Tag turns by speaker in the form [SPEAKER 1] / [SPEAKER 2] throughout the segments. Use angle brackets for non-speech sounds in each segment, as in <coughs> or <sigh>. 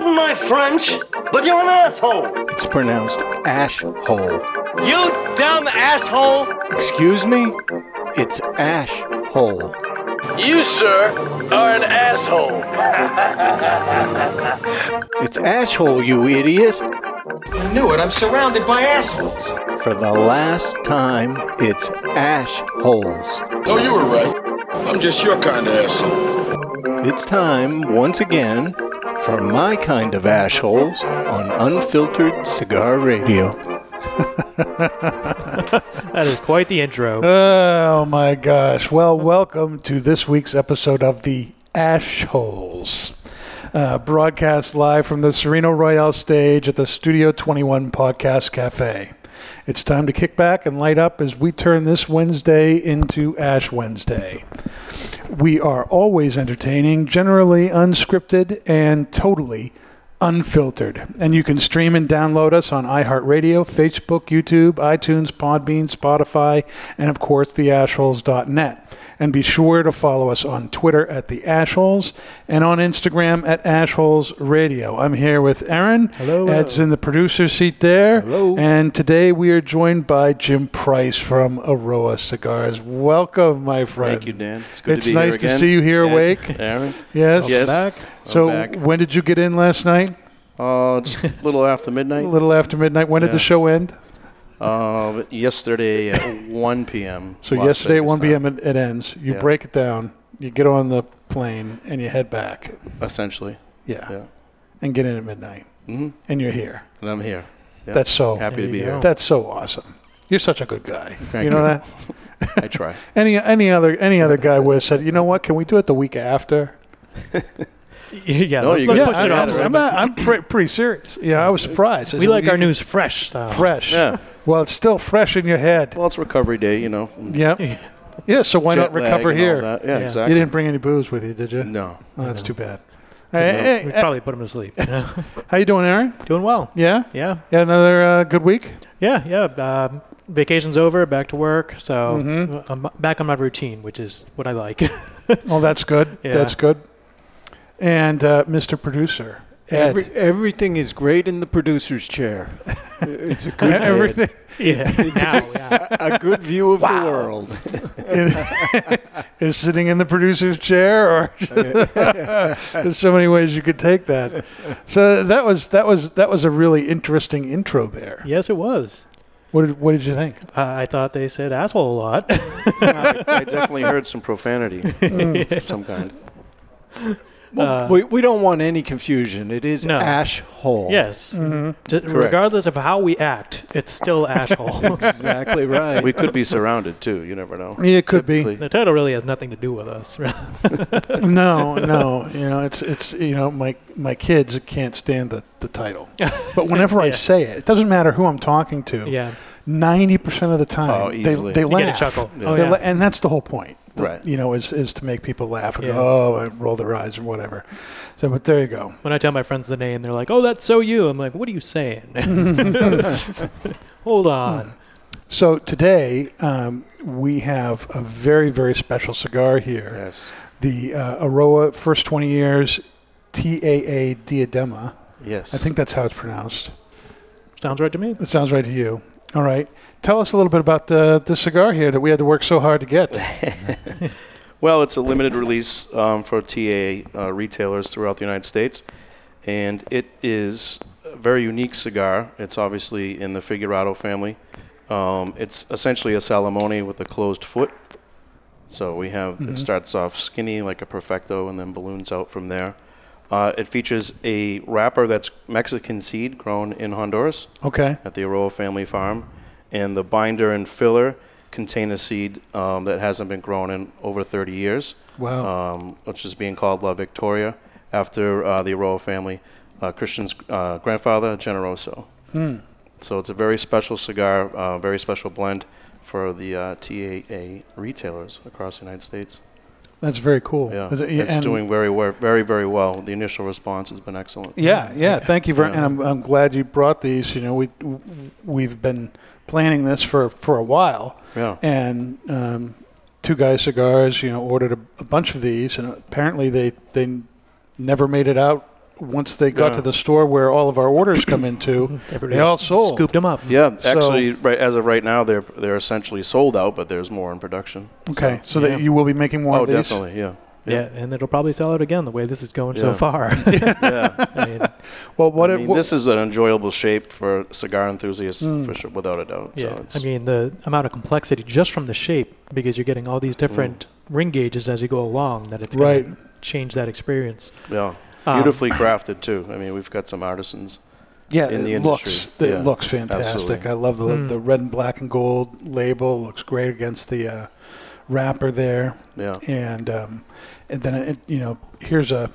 [SPEAKER 1] French, but you're an asshole.
[SPEAKER 2] It's pronounced ash hole.
[SPEAKER 3] You dumb asshole!
[SPEAKER 2] Excuse me? It's ash hole.
[SPEAKER 4] You, sir, are an asshole.
[SPEAKER 2] It's ash hole, you idiot.
[SPEAKER 5] I knew it. I'm surrounded by assholes.
[SPEAKER 2] For the last time, it's ash holes.
[SPEAKER 6] No, you were right. I'm just your kind of asshole.
[SPEAKER 2] It's time, once again, for my kind of ash holes on Unfiltered Cigar Radio.
[SPEAKER 7] That is quite
[SPEAKER 8] <laughs>
[SPEAKER 7] the intro.
[SPEAKER 8] Oh my gosh. Well, welcome to this week's episode of the Ash Holes. Uh, broadcast live from the Sereno Royale stage at the Studio 21 Podcast Cafe. It's time to kick back and light up as we turn this Wednesday into Ash Wednesday. We are always entertaining, generally unscripted, and totally unfiltered. And you can stream and download us on iHeartRadio, Facebook, YouTube, iTunes, Podbean, Spotify, and of course, theashholes.net. And be sure to follow us on Twitter at The Ashholes and on Instagram at Ashholes Radio. I'm here with Aaron.
[SPEAKER 7] Hello.
[SPEAKER 8] Ed's in the producer seat there. Hello. And today we are joined by Jim Price from Aroa Cigars. Welcome, my friend.
[SPEAKER 9] Thank you, Dan. It's good to be
[SPEAKER 8] nice
[SPEAKER 9] here again.
[SPEAKER 8] to see you here
[SPEAKER 9] And <laughs>
[SPEAKER 8] awake.
[SPEAKER 9] Aaron.
[SPEAKER 8] Yes.
[SPEAKER 9] Yes. back.
[SPEAKER 8] So,
[SPEAKER 9] I'm back.
[SPEAKER 8] when did you get in last night?
[SPEAKER 9] Uh, just a little after midnight.
[SPEAKER 8] A little after midnight. When did the
[SPEAKER 9] Yeah.
[SPEAKER 8] show end?
[SPEAKER 9] Uh, but yesterday <laughs> at 1 p.m.
[SPEAKER 8] So
[SPEAKER 9] Las
[SPEAKER 8] yesterday at
[SPEAKER 9] Vegas
[SPEAKER 8] 1
[SPEAKER 9] time,
[SPEAKER 8] p.m. It, it ends. You
[SPEAKER 9] Yeah.
[SPEAKER 8] break it down. You get on the plane and you head back.
[SPEAKER 9] Essentially,
[SPEAKER 8] Yeah.
[SPEAKER 9] Yeah.
[SPEAKER 8] And get in at midnight.
[SPEAKER 9] Mhm.
[SPEAKER 8] And you're here.
[SPEAKER 9] and I'm here. Yeah.
[SPEAKER 8] That's so.
[SPEAKER 9] Happy to be here.
[SPEAKER 8] That's so awesome. You're such a good guy. you
[SPEAKER 9] Thank
[SPEAKER 8] know
[SPEAKER 9] you.
[SPEAKER 8] that.
[SPEAKER 9] <laughs> I try.
[SPEAKER 8] Any any other any other
[SPEAKER 9] <laughs>
[SPEAKER 8] guy would have said, you know what? Can we do it the week after?
[SPEAKER 7] yeah,
[SPEAKER 9] No,
[SPEAKER 7] let-
[SPEAKER 9] you guys
[SPEAKER 7] let's
[SPEAKER 8] Yeah,
[SPEAKER 7] put
[SPEAKER 8] I,
[SPEAKER 7] it
[SPEAKER 9] did
[SPEAKER 7] on.
[SPEAKER 8] am I'm, I'm pre- pretty serious. You know, I was surprised. I
[SPEAKER 7] We
[SPEAKER 8] said,
[SPEAKER 7] like our
[SPEAKER 8] you-
[SPEAKER 7] news fresh
[SPEAKER 8] <laughs>
[SPEAKER 7] style.
[SPEAKER 8] fresh.
[SPEAKER 9] Yeah.
[SPEAKER 8] Well, it's still fresh in your head.
[SPEAKER 9] Well, it's recovery day, you know.
[SPEAKER 7] <laughs>
[SPEAKER 8] Yeah. Yeah. So why
[SPEAKER 9] Jet
[SPEAKER 8] not
[SPEAKER 9] lag
[SPEAKER 8] recover
[SPEAKER 9] and all
[SPEAKER 8] here?
[SPEAKER 9] that. Yeah,
[SPEAKER 7] Yeah.
[SPEAKER 8] You
[SPEAKER 9] exactly.
[SPEAKER 8] didn't bring any booze with you, did you?
[SPEAKER 9] No.
[SPEAKER 8] Oh, that's too bad. Hey,
[SPEAKER 7] We
[SPEAKER 8] hey,
[SPEAKER 7] probably put him to sleep. you know?
[SPEAKER 8] how you doing, Aaron?
[SPEAKER 7] Doing well.
[SPEAKER 8] Yeah,
[SPEAKER 7] Yeah,
[SPEAKER 8] yeah, another uh, good
[SPEAKER 7] <laughs>
[SPEAKER 8] week.
[SPEAKER 7] <laughs> yeah, yeah. Um, vacation's over. Back to work. So uh, I'm back on my routine, which is what I like. <laughs> Uh,
[SPEAKER 8] Oh, that's good.
[SPEAKER 7] Yeah.
[SPEAKER 8] That's good. And uh, Mr. Producer Ed,
[SPEAKER 10] Every, everything is great in the producer's <laughs> chair. It's a good
[SPEAKER 8] everything
[SPEAKER 7] yeah. now, yeah.
[SPEAKER 10] a good view of the <laughs> world.
[SPEAKER 8] <laughs> is sitting in the producer's chair, or <laughs> there's so many ways you could take that. So that was that was that was a really interesting intro there.
[SPEAKER 7] Yes, it was.
[SPEAKER 8] What did what did you think?
[SPEAKER 7] Uh, I thought they said asshole a lot.
[SPEAKER 9] I, <laughs> I definitely heard
[SPEAKER 8] <laughs>
[SPEAKER 9] some profanity
[SPEAKER 8] Mm.
[SPEAKER 9] of some kind.
[SPEAKER 7] Uh,
[SPEAKER 10] we, we don't want any confusion. It is
[SPEAKER 7] No.
[SPEAKER 10] ash hole.
[SPEAKER 7] <laughs> yes.
[SPEAKER 10] Mm-hmm.
[SPEAKER 7] D-
[SPEAKER 9] Correct.
[SPEAKER 7] regardless of how we act, it's still <laughs> asshole.
[SPEAKER 10] Exactly right.
[SPEAKER 9] We could be surrounded too. You never know.
[SPEAKER 8] Yeah, it could be.
[SPEAKER 9] Typically.
[SPEAKER 7] the title really has nothing to do with us. <laughs>
[SPEAKER 8] <laughs> No, no, you know it's it's you know my my kids can't stand the, the
[SPEAKER 7] <laughs>
[SPEAKER 8] title, but whenever I say it, it doesn't matter who I'm talking to.
[SPEAKER 7] yeah.
[SPEAKER 8] ninety percent of the time
[SPEAKER 9] Oh,
[SPEAKER 8] they,
[SPEAKER 9] easily.
[SPEAKER 8] they
[SPEAKER 9] You
[SPEAKER 8] laugh.
[SPEAKER 7] get a chuckle. Yeah. Oh,
[SPEAKER 8] They
[SPEAKER 7] yeah.
[SPEAKER 8] la- and that's the whole point, that-
[SPEAKER 9] Right.
[SPEAKER 8] You know, is is to make people laugh and
[SPEAKER 7] Yeah.
[SPEAKER 8] go, oh, and roll their eyes and whatever. So, but there you go.
[SPEAKER 7] When I tell my friends the name, they're like, "Oh, that's so you." I'm like, "What are you <laughs> saying?" Hold on.
[SPEAKER 8] So today um, we have a very very special cigar here,
[SPEAKER 9] Yes.
[SPEAKER 8] the uh, Aroa First Twenty Years TAA Diadema.
[SPEAKER 9] Yes.
[SPEAKER 8] I think that's how it's pronounced.
[SPEAKER 7] Sounds right to me.
[SPEAKER 8] That sounds right to you. All right. Tell us a little bit about the, the cigar here that we had to work so hard to
[SPEAKER 7] <laughs>
[SPEAKER 8] get.
[SPEAKER 9] Well, it's a limited release um, for TA uh, retailers throughout the United States, and it is a very unique cigar. It's obviously in the Figurado family. Um, it's essentially a Salamone with a closed foot. So we have it starts off skinny like a Perfecto, and then balloons out from there. Uh, it features a wrapper that's Mexican seed grown in Honduras
[SPEAKER 8] Okay.
[SPEAKER 9] at the Aroa family farm, and the binder and filler contain a seed um, that hasn't been grown in over 30 years,
[SPEAKER 8] Wow.
[SPEAKER 9] um, which is being called La Victoria after uh, the Aroa family, uh, Christian's uh, grandfather, Generoso.
[SPEAKER 8] Hmm. Mm,
[SPEAKER 9] So it's a very special cigar, uh, very special blend for the uh, TAA retailers across the United States.
[SPEAKER 8] That's very cool.
[SPEAKER 9] Yeah,
[SPEAKER 8] Is it-
[SPEAKER 9] it's
[SPEAKER 8] and-
[SPEAKER 9] doing very, wer- very, very well. The initial response has been excellent.
[SPEAKER 8] Yeah, yeah. Thank you very, and
[SPEAKER 9] Yeah.
[SPEAKER 8] I'm, I'm glad you brought these. You know, we we've been planning this for for a while,
[SPEAKER 9] Yeah.
[SPEAKER 8] and um, two guys cigars. You know, ordered a, a bunch of these, and apparently they they never made it out once they got
[SPEAKER 9] Yeah.
[SPEAKER 8] to the store where all of our orders come into,
[SPEAKER 7] Everybody
[SPEAKER 8] they all sold.
[SPEAKER 7] Scooped them up.
[SPEAKER 9] Yeah,
[SPEAKER 8] So-
[SPEAKER 9] actually, right, as of right now, they're they're essentially sold out, but there's more in production.
[SPEAKER 8] Okay, so,
[SPEAKER 7] yeah.
[SPEAKER 8] that you will be making more
[SPEAKER 9] Oh,
[SPEAKER 8] of these.
[SPEAKER 9] definitely, yeah.
[SPEAKER 7] Yeah, and it'll probably sell out again the way this is going so
[SPEAKER 9] Yeah.
[SPEAKER 7] far.
[SPEAKER 9] <laughs>
[SPEAKER 7] <laughs>
[SPEAKER 9] yeah.
[SPEAKER 7] I mean,
[SPEAKER 8] <laughs> Well, what,
[SPEAKER 9] I
[SPEAKER 8] it
[SPEAKER 9] mean,
[SPEAKER 8] what Hmm.
[SPEAKER 9] this is an enjoyable shape for cigar enthusiasts, for sure, without a doubt.
[SPEAKER 7] yeah,
[SPEAKER 9] So it's,
[SPEAKER 7] I mean the amount of complexity just from the shape because you're getting all these different
[SPEAKER 9] Mm.
[SPEAKER 7] ring gauges as you go along that it's
[SPEAKER 8] right?
[SPEAKER 7] gonna change that experience.
[SPEAKER 9] yeah,
[SPEAKER 7] Um,
[SPEAKER 9] beautifully crafted too. I mean, we've got some artisans.
[SPEAKER 8] Yeah,
[SPEAKER 9] in the
[SPEAKER 8] it looks
[SPEAKER 9] industry.
[SPEAKER 8] it
[SPEAKER 9] Yeah,
[SPEAKER 8] looks fantastic.
[SPEAKER 9] absolutely.
[SPEAKER 8] I love the the
[SPEAKER 9] Hmm.
[SPEAKER 8] red and black and gold label. Looks great against the uh, wrapper there,
[SPEAKER 9] Yeah,
[SPEAKER 8] and um, and then it, you know here's a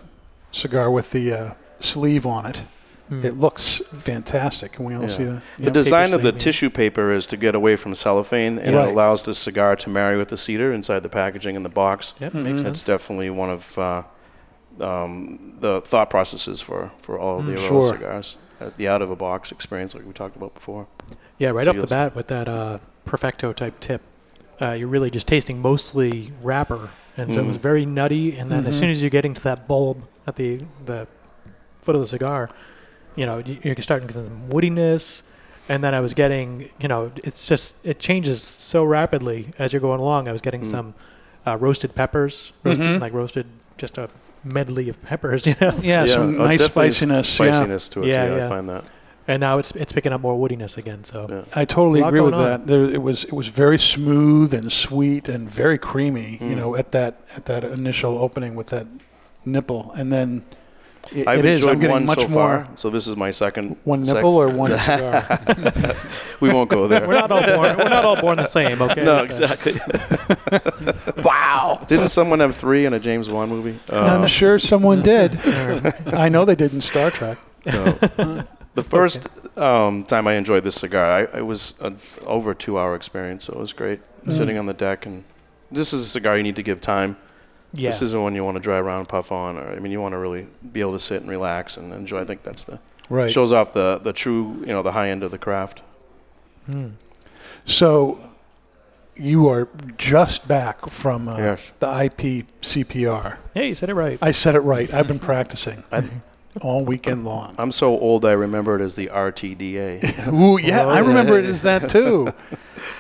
[SPEAKER 8] cigar with the uh, sleeve on it. It looks fantastic. Can we all
[SPEAKER 9] Yeah.
[SPEAKER 8] see that?
[SPEAKER 9] Hmm. the
[SPEAKER 7] Yeah, paper
[SPEAKER 9] design of the
[SPEAKER 7] sleeve, yeah.
[SPEAKER 9] tissue paper is to get away from cellophane, and
[SPEAKER 8] Right.
[SPEAKER 9] it allows the cigar to marry with the cedar inside the packaging in the box.
[SPEAKER 7] Yep,
[SPEAKER 8] Mm-hmm.
[SPEAKER 7] makes sense.
[SPEAKER 9] That's definitely one of uh, um, the thought processes for for all of the
[SPEAKER 7] Mm,
[SPEAKER 8] sure.
[SPEAKER 9] Aurora cigars. Uh, the out of a box experience, like we talked about before.
[SPEAKER 7] Yeah, right
[SPEAKER 9] So
[SPEAKER 7] off the
[SPEAKER 9] you'll-
[SPEAKER 7] bat with that uh, perfecto type tip, uh, you're really just tasting mostly wrapper, and so it was
[SPEAKER 9] Mm.
[SPEAKER 7] very nutty. And then as
[SPEAKER 8] Mm-hmm.
[SPEAKER 7] soon as you're getting to that bulb at the the foot of the cigar, you know you- you're starting to get some woodiness. And then I was getting, you know, it's just it changes so rapidly as you're going along. I was getting
[SPEAKER 9] Mm.
[SPEAKER 7] some uh, roasted peppers, roasted,
[SPEAKER 8] Mm-hmm.
[SPEAKER 7] like roasted, just a medley of peppers, <laughs> you know.
[SPEAKER 8] Yeah, some
[SPEAKER 9] oh,
[SPEAKER 8] nice
[SPEAKER 9] definitely
[SPEAKER 8] spiciness. Yeah,
[SPEAKER 9] Spiciness to it,
[SPEAKER 7] Yeah,
[SPEAKER 9] yeah,
[SPEAKER 7] yeah.
[SPEAKER 9] I find that.
[SPEAKER 7] And now it's it's picking up more woodiness again. So
[SPEAKER 9] Yeah.
[SPEAKER 8] I totally
[SPEAKER 7] A lot
[SPEAKER 8] agree with
[SPEAKER 7] going on.
[SPEAKER 8] that. There, it was it was very smooth and sweet and very creamy.
[SPEAKER 9] Mm.
[SPEAKER 8] You know, at that at that initial opening with that nipple, and then it,
[SPEAKER 9] I've
[SPEAKER 8] it is. I'm
[SPEAKER 9] enjoyed
[SPEAKER 8] getting
[SPEAKER 9] one
[SPEAKER 8] much
[SPEAKER 9] so
[SPEAKER 8] more.
[SPEAKER 9] far. So this is my second.
[SPEAKER 8] One
[SPEAKER 9] sec-
[SPEAKER 8] nipple or
[SPEAKER 9] <laughs>
[SPEAKER 8] one cigar?
[SPEAKER 9] we won't go there.
[SPEAKER 7] we're not all born we're not all born the same. Okay.
[SPEAKER 9] no,
[SPEAKER 7] So-
[SPEAKER 9] exactly. <laughs> wow. Didn't someone have three in a James Wan movie?
[SPEAKER 8] <laughs> I'm
[SPEAKER 9] Uh,
[SPEAKER 8] sure someone
[SPEAKER 9] <laughs>
[SPEAKER 8] did. I know they did in Star Trek.
[SPEAKER 9] the first um, time I enjoyed this cigar, I, it was an over two hour experience. So it was great
[SPEAKER 7] Mm.
[SPEAKER 9] sitting on the deck. And this is a cigar you need to give time.
[SPEAKER 7] Yeah.
[SPEAKER 9] This isn't one you want to drive around and puff on. Or, I mean, you want to really be able to sit and relax and enjoy. I think that's the
[SPEAKER 8] Right.
[SPEAKER 9] shows off the, the true, you know, the high end of
[SPEAKER 8] <clears throat>
[SPEAKER 9] the craft.
[SPEAKER 7] Hmm.
[SPEAKER 8] So you are just back from uh,
[SPEAKER 9] Yes.
[SPEAKER 8] the IPCPR.
[SPEAKER 7] Hey, you said it right.
[SPEAKER 8] I said it right.
[SPEAKER 7] <laughs>
[SPEAKER 8] I've been practicing all weekend long.
[SPEAKER 9] I'm so old, I remember it as the
[SPEAKER 8] <laughs>
[SPEAKER 9] RTDA.
[SPEAKER 8] Ooh,
[SPEAKER 9] Oh,
[SPEAKER 8] yeah,
[SPEAKER 7] Oh,
[SPEAKER 8] I remember it as that too.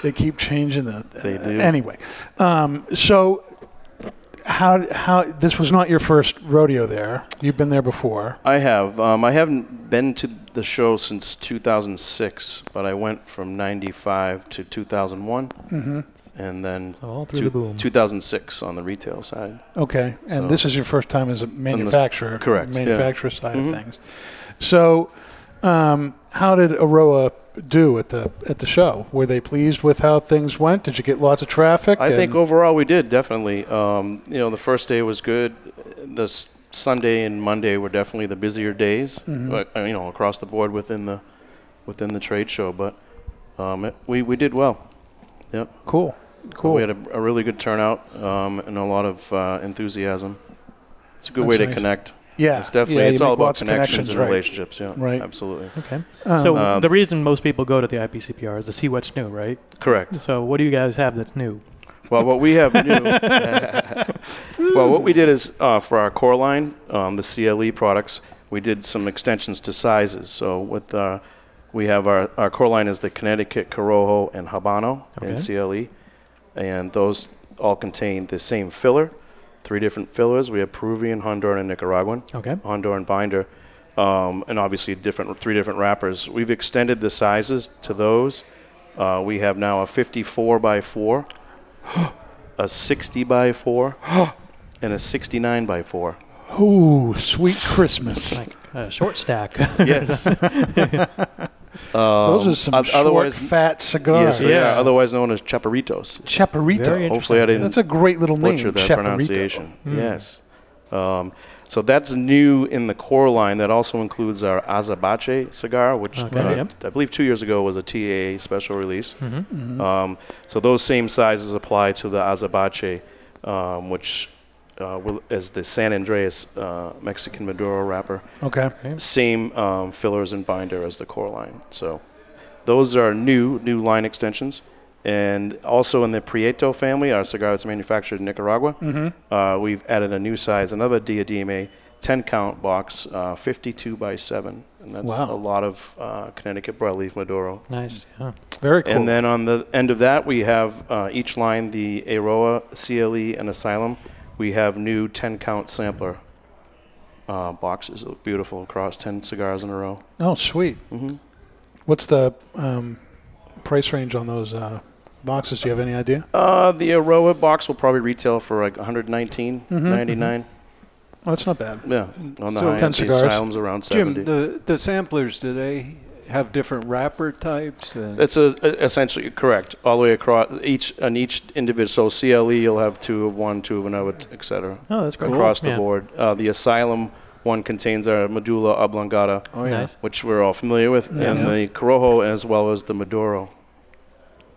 [SPEAKER 8] They keep changing that.
[SPEAKER 9] They do.
[SPEAKER 8] Anyway, um, so how how this was not your first rodeo there. You've been there before.
[SPEAKER 9] <laughs> I have. Um, I haven't been to the show since 2006, but I went from 95 to 2001,
[SPEAKER 8] Mm-hmm.
[SPEAKER 9] and then
[SPEAKER 7] All through the boom.
[SPEAKER 9] 2006 on the retail side.
[SPEAKER 8] Okay, and
[SPEAKER 9] So-
[SPEAKER 8] this is your first time as a manufacturer,
[SPEAKER 9] correct, yeah. Mm-hmm.
[SPEAKER 8] Manufacturer side of things. So, um, how did Aroa do at the at the show? Were they pleased with how things went? Did you get lots of traffic?
[SPEAKER 9] I think
[SPEAKER 8] And-
[SPEAKER 9] overall we did definitely. Um, you know, the first day was good. The s- Sunday and Monday were definitely the busier days.
[SPEAKER 8] Mm-hmm.
[SPEAKER 9] But, uh, you know, across the board within the within the trade show, but um, it, we we did well. Yep.
[SPEAKER 8] cool, cool.
[SPEAKER 9] We had a, a really good turnout um, and a lot of uh, enthusiasm. It's a good
[SPEAKER 8] That's
[SPEAKER 9] way to
[SPEAKER 8] nice.
[SPEAKER 9] connect.
[SPEAKER 8] yeah,
[SPEAKER 9] it's definitely
[SPEAKER 8] yeah,
[SPEAKER 9] it's
[SPEAKER 8] you
[SPEAKER 9] all
[SPEAKER 8] make
[SPEAKER 9] about
[SPEAKER 8] lots of
[SPEAKER 9] connections, and
[SPEAKER 8] right.
[SPEAKER 9] relationships. Yeah,
[SPEAKER 8] Right.
[SPEAKER 9] Absolutely.
[SPEAKER 7] Okay. so
[SPEAKER 9] Um,
[SPEAKER 7] the reason most people go to the IPCPR is to see what's new, right?
[SPEAKER 9] Correct.
[SPEAKER 7] So what do you guys have that's new?
[SPEAKER 9] Well, what we have new. well, what we did is uh, for our core line, um, the CLE products, we did some extensions to sizes. So with uh, we have our our core line is the Connecticut Corojo and Habano and
[SPEAKER 7] Okay.
[SPEAKER 9] CLE, E. and those all contain the same filler, three different fillers. We have Peruvian, Honduran, and Nicaraguan.
[SPEAKER 7] <laughs> Okay.
[SPEAKER 9] Honduran binder, um, and obviously different three different wrappers. We've extended the sizes to those. Uh, we have now a 54 by 4, <gasps> a 60 by 4, and a 69 by 4.
[SPEAKER 8] Ooh, sweet Christmas.
[SPEAKER 7] Like a short stack.
[SPEAKER 9] <laughs> Yes.
[SPEAKER 8] Those are some
[SPEAKER 9] Um, oth-
[SPEAKER 8] short,
[SPEAKER 9] otherwise-
[SPEAKER 8] fat
[SPEAKER 9] yes,
[SPEAKER 8] cigars.
[SPEAKER 9] they are, Otherwise known as chaparitos.
[SPEAKER 8] Chaparrito.
[SPEAKER 7] Very interesting. Hmm.
[SPEAKER 9] Hopefully, I didn't
[SPEAKER 8] That's a great little name.
[SPEAKER 9] butcher that
[SPEAKER 8] Chaparrito.
[SPEAKER 9] pronunciation. Yes. Um, so that's new in the core line. That also includes our Azabache cigar, which
[SPEAKER 7] Okay,
[SPEAKER 9] uh,
[SPEAKER 7] yep. Mm-hmm.
[SPEAKER 9] I believe two years ago was a TAA special release.
[SPEAKER 8] Mm-hmm.
[SPEAKER 9] Um, so those same sizes apply to the Azabache, um, which uh, will- is the San Andreas uh, Mexican Maduro wrapper.
[SPEAKER 8] Okay.
[SPEAKER 9] Same um, fillers and binder as the core line. So those are new new line extensions. And also in the Prieto
[SPEAKER 8] Mm-hmm.
[SPEAKER 9] family, our cigar that's manufactured in Nicaragua, uh, we've added a new size, another Diadema 10 count box, uh, 52 by 7. And that's
[SPEAKER 8] Wow.
[SPEAKER 9] a lot of uh, Connecticut broadleaf Maduro.
[SPEAKER 7] Nice. Yeah.
[SPEAKER 8] Very cool.
[SPEAKER 9] And then on the end of that, we have uh, each line the Aroa, CLE, and Asylum. We have new 10 count sampler uh, boxes. They look beautiful across 10 cigars in a row.
[SPEAKER 8] oh, sweet.
[SPEAKER 9] Mhm.
[SPEAKER 8] What's the um, price range on those uh, boxes? Do you have any idea?
[SPEAKER 9] Uh, the Aroa box will probably retail for like 119.99.
[SPEAKER 8] Oh, that's not bad.
[SPEAKER 9] Yeah, on the
[SPEAKER 8] So
[SPEAKER 9] high
[SPEAKER 8] 10
[SPEAKER 9] end, the
[SPEAKER 8] cigars.
[SPEAKER 9] Asylum's around 70.
[SPEAKER 10] Jim, the, the samplers, do they have different wrapper types? And
[SPEAKER 9] That's a, essentially correct. All the way across each on each individual. So CLE, you'll have two of one, two of another, et cetera.
[SPEAKER 7] Oh, that's cool.
[SPEAKER 9] Across the
[SPEAKER 7] Yeah.
[SPEAKER 9] board, uh, the asylum one contains our medulla oblongata,
[SPEAKER 10] oh, yeah.
[SPEAKER 7] Nice.
[SPEAKER 9] which we're all familiar with, and the corojo as well as the maduro.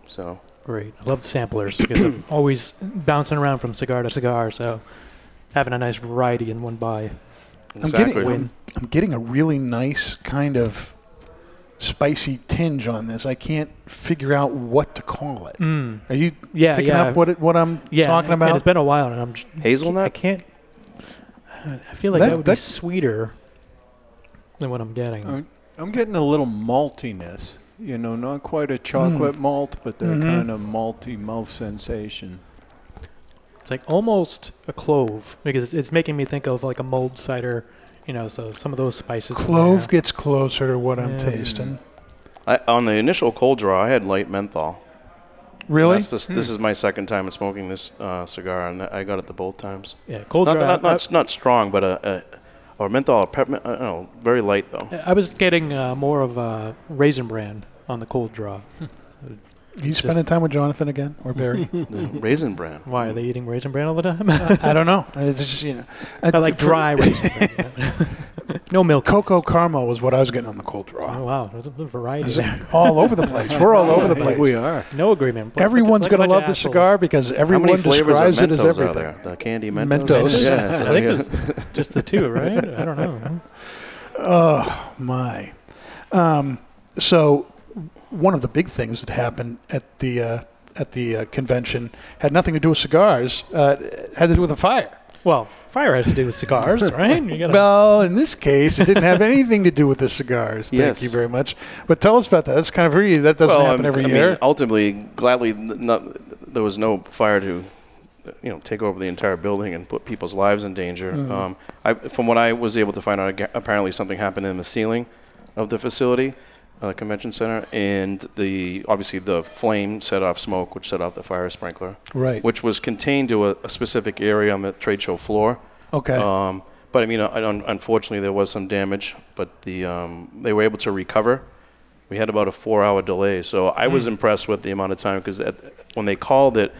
[SPEAKER 9] So
[SPEAKER 7] Great. I love the samplers because I'm
[SPEAKER 9] <clears throat>
[SPEAKER 7] always bouncing around from cigar to cigar. So having a nice variety in one buy.
[SPEAKER 9] exactly.
[SPEAKER 8] I'm getting, I'm, I'm getting a really nice kind of spicy tinge on this. I can't figure out what to call it.
[SPEAKER 7] Mm.
[SPEAKER 8] Are you
[SPEAKER 7] Yeah.
[SPEAKER 8] picking
[SPEAKER 7] yeah.
[SPEAKER 8] up what it, what I'm
[SPEAKER 7] yeah,
[SPEAKER 8] talking
[SPEAKER 7] and
[SPEAKER 8] about?
[SPEAKER 7] It's been a while, and I'm just, I
[SPEAKER 9] hazelnut.
[SPEAKER 7] can't. I feel like
[SPEAKER 8] That-
[SPEAKER 7] that, would be
[SPEAKER 8] that's-
[SPEAKER 7] sweeter than what I'm getting.
[SPEAKER 10] I'm- I'm getting a little maltiness. You know, not quite a
[SPEAKER 7] Hmm.
[SPEAKER 10] chocolate malt, but that
[SPEAKER 7] Mm-hmm.
[SPEAKER 8] Mhm.
[SPEAKER 10] kind of malty mouth sensation.
[SPEAKER 7] It's like almost a clove because it's, it's making me think of like a mulled cider, you know. So some of those spices. in
[SPEAKER 8] Clove
[SPEAKER 7] there.
[SPEAKER 8] gets closer to what I'm
[SPEAKER 7] Yeah.
[SPEAKER 8] tasting.
[SPEAKER 9] I, on the initial cold draw, I had light menthol.
[SPEAKER 8] Really?
[SPEAKER 9] That's
[SPEAKER 7] Hmm.
[SPEAKER 9] this, this is my second time in smoking this uh, cigar, and I got it the both times.
[SPEAKER 7] Yeah, cold Uh,
[SPEAKER 9] Not,
[SPEAKER 7] draw.
[SPEAKER 9] not,
[SPEAKER 7] I-
[SPEAKER 9] not, not strong, but a, a or menthol or peppermint. I don't know, very light though.
[SPEAKER 7] I was getting uh, more of a raisin bran on the cold
[SPEAKER 8] <laughs>
[SPEAKER 7] draw.
[SPEAKER 8] you spending time with Jonathan again or
[SPEAKER 9] <laughs>
[SPEAKER 7] <laughs>
[SPEAKER 8] Barry?
[SPEAKER 9] The raisin bran.
[SPEAKER 7] Why are they eating raisin bran all the time?
[SPEAKER 8] I don't
[SPEAKER 7] <laughs>
[SPEAKER 8] know. It's just you know.
[SPEAKER 7] I like
[SPEAKER 8] for-
[SPEAKER 7] dry raisin bran.
[SPEAKER 8] <laughs>
[SPEAKER 7] yeah. no milk. in
[SPEAKER 8] cocoa
[SPEAKER 7] it.
[SPEAKER 8] caramel was what I was getting on the cold draw.
[SPEAKER 7] Oh, wow, there's a little variety
[SPEAKER 8] It's
[SPEAKER 7] there.
[SPEAKER 8] all over the place. We're all
[SPEAKER 7] <laughs>
[SPEAKER 8] over the place.
[SPEAKER 10] We are.
[SPEAKER 7] No agreement. Like a bunch-
[SPEAKER 8] Everyone's
[SPEAKER 7] like a
[SPEAKER 8] gonna
[SPEAKER 7] bunch of
[SPEAKER 8] love the
[SPEAKER 7] assholes.
[SPEAKER 8] cigar because
[SPEAKER 9] How
[SPEAKER 8] everyone
[SPEAKER 9] many flavors of
[SPEAKER 8] describes it as
[SPEAKER 9] Mentos are
[SPEAKER 8] everything.
[SPEAKER 9] there? The candy Mentos.
[SPEAKER 8] Mentos.
[SPEAKER 9] Yeah,
[SPEAKER 7] I
[SPEAKER 9] so
[SPEAKER 7] think
[SPEAKER 9] yeah.
[SPEAKER 7] it's just the two, right? I don't know.
[SPEAKER 8] Oh my! Um, so one of the big things that happened at the uh, at the uh, convention had nothing to do with cigars. Uh, it had to do with a fire.
[SPEAKER 7] Well, fire has to do
[SPEAKER 8] <laughs>
[SPEAKER 9] <laughs>
[SPEAKER 7] with cigars, right? You gotta-
[SPEAKER 8] Well, in this case, it didn't have anything to do with the cigars. Thank
[SPEAKER 9] Yes.
[SPEAKER 8] you very much. But tell us about that. That's kind of really that doesn't
[SPEAKER 9] Well,
[SPEAKER 8] happen
[SPEAKER 9] I'm-
[SPEAKER 8] every
[SPEAKER 9] I
[SPEAKER 8] year.
[SPEAKER 9] Mean, ultimately, gladly, n- not, there was no fire to, you know, take over the entire building and put people's lives in danger.
[SPEAKER 8] Mm-hmm.
[SPEAKER 9] Um, I, from what I was able to find out, aga- apparently something happened in the ceiling of the facility, uh, convention center, and the obviously the flame set off smoke, which set off the fire sprinkler,
[SPEAKER 8] right.
[SPEAKER 9] which was contained to a, a specific area on the trade show floor.
[SPEAKER 8] Okay.
[SPEAKER 9] Um, but I mean, uh, un- unfortunately, there was some damage, but the um, they were able to recover. We had about a four-hour delay, so I was impressed with the amount of time because when they called it,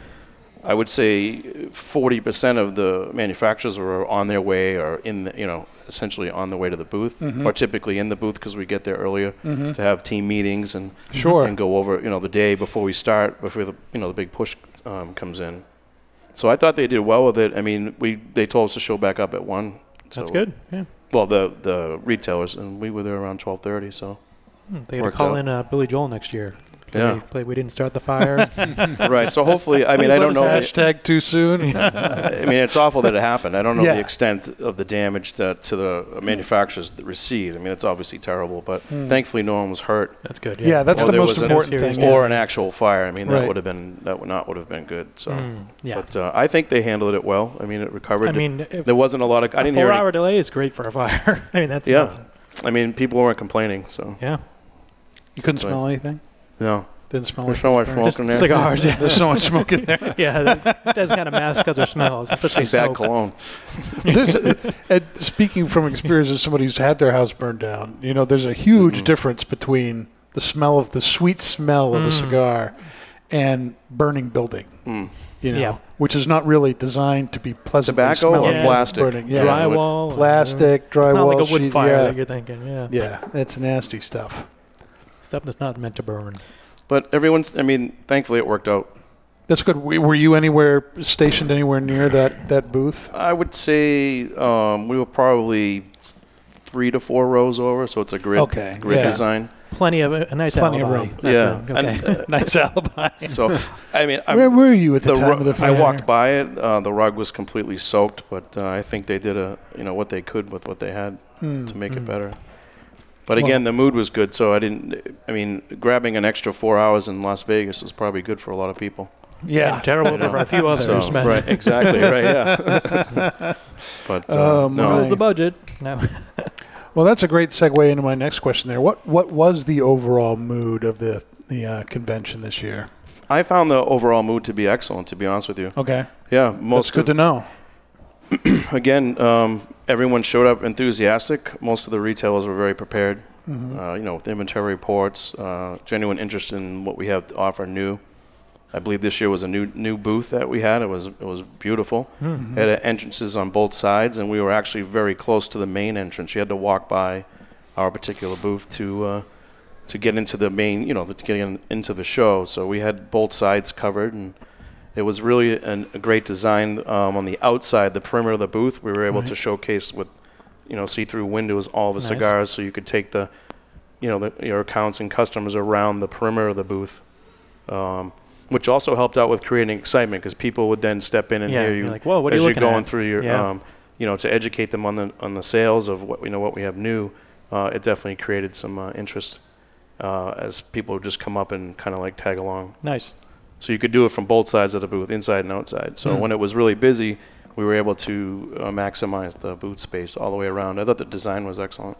[SPEAKER 9] I would say 40% of the manufacturers were on their way or in, the, you know, essentially on the way to the booth, or typically in the booth because we get there earlier to have team meetings and
[SPEAKER 8] Sure.
[SPEAKER 9] and go over, you know, the day before we start before the you know the big push um, comes in. So I thought they did well with it. I mean, we they told us to show back up at one. So,
[SPEAKER 7] that's good. Yeah.
[SPEAKER 9] Well, the the retailers and we were there around 12:30. So
[SPEAKER 7] They gotta
[SPEAKER 9] Worked
[SPEAKER 7] call
[SPEAKER 9] out.
[SPEAKER 7] in uh, Billy Joel next year.
[SPEAKER 9] Yeah.
[SPEAKER 7] We, play, we didn't start the fire.
[SPEAKER 9] <laughs> right. So hopefully, I mean, I
[SPEAKER 8] Is
[SPEAKER 9] don't
[SPEAKER 8] that
[SPEAKER 9] know.
[SPEAKER 8] Hashtag too
[SPEAKER 7] <laughs>
[SPEAKER 8] soon.
[SPEAKER 9] <laughs> I mean, it's awful that it happened. I don't know
[SPEAKER 8] Yeah.
[SPEAKER 9] the extent of the damage that, to the manufacturers that received. I mean, it's obviously terrible, but thankfully no one was hurt.
[SPEAKER 7] that's good. Yeah.
[SPEAKER 8] Hmm. Yeah, that's
[SPEAKER 9] Or
[SPEAKER 8] the
[SPEAKER 9] there
[SPEAKER 8] most
[SPEAKER 9] was an-
[SPEAKER 8] important
[SPEAKER 7] serious
[SPEAKER 8] thing.
[SPEAKER 9] or
[SPEAKER 8] yeah.
[SPEAKER 9] an actual fire. I mean, that
[SPEAKER 8] Right.
[SPEAKER 9] would have been that would not would have been good. So.
[SPEAKER 7] Mm, yeah.
[SPEAKER 9] But uh, I think they handled it well. I mean, it recovered.
[SPEAKER 7] I mean, if-
[SPEAKER 9] there wasn't a lot of. I
[SPEAKER 7] a
[SPEAKER 9] didn't hear. any-
[SPEAKER 7] four-hour delay is great for a fire. <laughs> I mean, that's
[SPEAKER 9] yeah,
[SPEAKER 7] nothing.
[SPEAKER 9] I mean, people weren't complaining. So
[SPEAKER 7] yeah.
[SPEAKER 8] You couldn't smell anything.
[SPEAKER 9] no,
[SPEAKER 8] Didn't smell
[SPEAKER 9] there's so much
[SPEAKER 8] anything.
[SPEAKER 9] smoke
[SPEAKER 7] Just
[SPEAKER 9] in there.
[SPEAKER 7] cigars. Yeah.
[SPEAKER 8] There's so much smoke in there.
[SPEAKER 7] <laughs> yeah, that does kind of mask other smells, especially
[SPEAKER 9] Bad
[SPEAKER 7] smoke. <laughs>
[SPEAKER 9] cologne.
[SPEAKER 8] There's a, and speaking from experience as somebody who's had their house burned down, you know, there's a
[SPEAKER 9] Mm-hmm.
[SPEAKER 8] huge difference between the smell of the sweet smell of
[SPEAKER 7] Mm.
[SPEAKER 8] a cigar and burning building.
[SPEAKER 9] Mm.
[SPEAKER 8] You know,
[SPEAKER 7] Yeah.
[SPEAKER 8] which is not really designed to be pleasant.
[SPEAKER 9] Tobacco or
[SPEAKER 8] smelling.
[SPEAKER 7] Yeah.
[SPEAKER 9] plastic?
[SPEAKER 8] Burning. Yeah.
[SPEAKER 9] Dry
[SPEAKER 7] Drywall, or-
[SPEAKER 8] plastic,
[SPEAKER 7] It's
[SPEAKER 8] drywall,
[SPEAKER 7] not like a wood
[SPEAKER 8] sheet,
[SPEAKER 7] fire
[SPEAKER 8] yeah,
[SPEAKER 7] that you're thinking. Yeah.
[SPEAKER 8] yeah, it's nasty stuff.
[SPEAKER 7] stuff that's not meant to burn.
[SPEAKER 9] <laughs> But everyone's. I mean, thankfully it worked out.
[SPEAKER 8] That's good. We- Were you anywhere stationed anywhere near that that booth?
[SPEAKER 9] I would say um, we were probably three to four rows over, so it's a grid
[SPEAKER 8] Okay,
[SPEAKER 9] grid
[SPEAKER 8] yeah.
[SPEAKER 9] design.
[SPEAKER 7] plenty of a nice
[SPEAKER 8] Plenty of
[SPEAKER 7] alibi.
[SPEAKER 8] room.
[SPEAKER 7] That's
[SPEAKER 9] Yeah,
[SPEAKER 7] it. Okay.
[SPEAKER 9] and, uh,
[SPEAKER 8] <laughs> Nice alibi.
[SPEAKER 9] so I mean, I'm,
[SPEAKER 8] Where were you at the, time
[SPEAKER 9] rug-
[SPEAKER 8] of the
[SPEAKER 9] I
[SPEAKER 8] fire?
[SPEAKER 9] walked by it. Uh, the rug was completely soaked, but uh, I think they did a you know what they could with what they had
[SPEAKER 8] Hmm.
[SPEAKER 9] to make it better. But again, the mood was good, so I didn't. I mean, grabbing an extra four hours in Las Vegas was probably good for a lot of people.
[SPEAKER 8] Yeah.
[SPEAKER 7] And terrible for a few
[SPEAKER 9] <laughs> So,
[SPEAKER 7] others, man.
[SPEAKER 9] right, exactly, right,
[SPEAKER 7] <laughs>
[SPEAKER 9] yeah.
[SPEAKER 8] <laughs>
[SPEAKER 9] but uh,
[SPEAKER 8] Oh,
[SPEAKER 9] no,
[SPEAKER 8] my.
[SPEAKER 7] The budget. No.
[SPEAKER 8] <laughs> Well, that's a great segue into my next question. There, what what was the overall mood of the the uh, convention this year?
[SPEAKER 9] I found the overall mood to be excellent. To be honest with you,
[SPEAKER 8] Okay,
[SPEAKER 9] yeah,
[SPEAKER 8] that's
[SPEAKER 9] most
[SPEAKER 8] good
[SPEAKER 9] of-
[SPEAKER 8] to know.
[SPEAKER 9] <clears throat> again, um, everyone showed up enthusiastic. Most of the retailers were very prepared. Uh, you know, with inventory reports, uh, genuine interest in what we have to offer new. I believe this year was a new new booth that we had. It was it was beautiful. It had entrances on both sides, and we were actually very close to the main entrance. You had to walk by our particular booth to uh, to get into the main, you know, to get in, into the show. So we had both sides covered, and it was really an, a great design um, on the outside, the perimeter of the booth. We were able to showcase with, you know, see-through windows all the
[SPEAKER 7] Nice.
[SPEAKER 9] cigars, so you could take the, you know, the, your accounts and customers around the perimeter of the booth, um, which also helped out with creating excitement because people would then step in and
[SPEAKER 7] Yeah,
[SPEAKER 9] hear
[SPEAKER 7] you're
[SPEAKER 9] you
[SPEAKER 7] like, "Whoa, what are
[SPEAKER 9] as
[SPEAKER 7] you
[SPEAKER 9] are
[SPEAKER 7] looking
[SPEAKER 9] going
[SPEAKER 7] at?"
[SPEAKER 9] through your,
[SPEAKER 7] Yeah.
[SPEAKER 9] um, you know, to educate them on the on the sales of what you know what we have new. Uh, it definitely created some uh, interest uh, as people would just come up and kind of like tag along.
[SPEAKER 7] nice.
[SPEAKER 9] So you could do it from both sides of the booth, inside and outside.
[SPEAKER 7] Hmm.
[SPEAKER 9] So when it was really busy, we were able to uh, maximize the booth space all the way around. I thought the design was excellent.